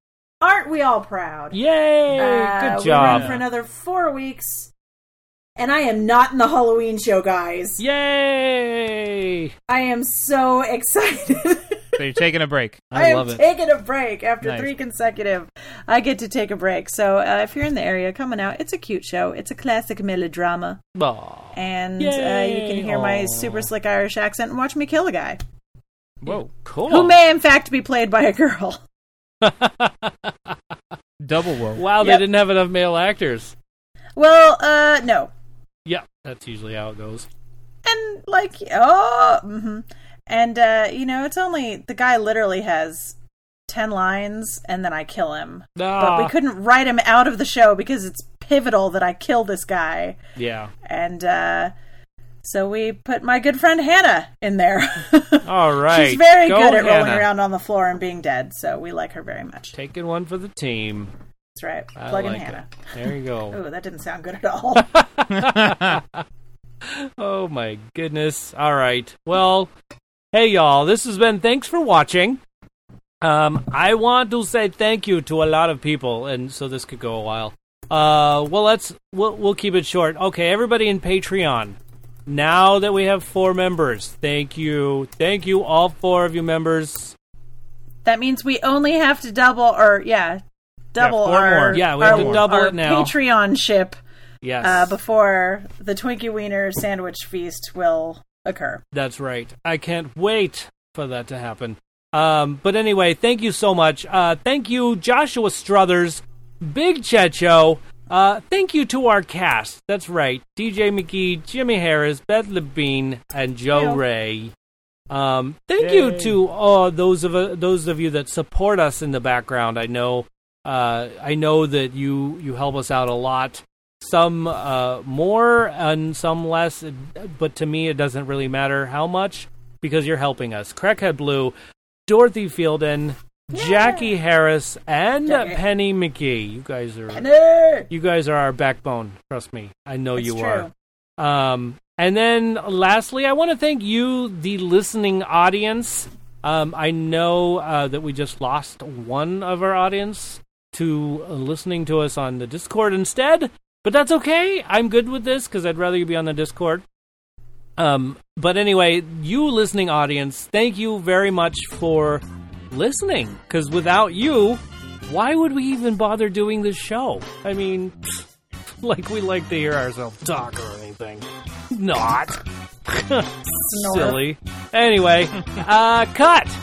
Aren't we all proud? Yay! Uh, Good We job. ran for another four weeks, and I am not in the Halloween show, guys. Yay! I am so *laughs* excited. So you're taking a break. I am love it. taking a break after Nice. three consecutive. I get to take a break. So uh, if you're in the area, coming out, it's a cute show. It's a classic melodrama, Aw. and uh, you can hear Yay. my super slick Irish accent and watch me kill a guy Whoa, Cool. who may, in fact, be played by a girl. *laughs* double whoa. wow, they Yep. didn't have enough male actors. Well, uh, no, Yeah, that's usually how it goes. and like oh mhm. and uh you know it's only the guy literally has 10 lines and then i kill him but Ah. we couldn't write him out of the show because it's pivotal that i kill this guy Yeah. and uh so we put my good friend hannah in there *laughs* All right. she's very Go, good at rolling Hannah. around on the floor and being dead so we like her very much Taking one for the team. that's right I plug like in hannah it. There you go. oh that didn't sound good at *laughs* all oh my goodness. All right. Well, hey y'all, this has been thanks for watching. Um I want to say thank you to a lot of people and so this could go a while. Uh well, let's we'll, we'll keep it short. Okay, everybody in Patreon. Now that we have four members, thank you. Thank you all four of you members. that means we only have to double or yeah double four our more. Yeah, we have our- to double our it now. patreon ship Yes. uh, before the Twinkie Wiener sandwich feast will occur. That's right. I can't wait for that to happen. Um, but anyway, thank you so much. Uh, thank you, Joshua Struthers, Big Checho. Uh, thank you to our cast. That's right. DJ McGee, Jimmy Harris, Beth Levine, and Joe Hello. Ray. Um, thank you to uh, those of uh, those of you that support us in the background. I know, uh, I know that you you help us out a lot. Some uh, more and some less, but to me it doesn't really matter how much because you're helping us. Crackhead Blue, Dorothy Fielden, Jackie Harris, and Jackie. Penny McGee. You guys are Wiener! you guys are our backbone. Trust me, I know It's you true. are. Um, and then lastly, I want to thank you, the listening audience. Um, I know uh, that we just lost one of our audience to uh, listening to us on the Discord instead, but that's okay. I'm good with this because I'd rather you be on the Discord. Um, but anyway, you listening audience, thank you very much for listening because without you, why would we even bother doing this show? I mean, *laughs* like we like to hear ourselves talk or anything. *laughs* Not. Silly. Anyway, *laughs* uh, cut.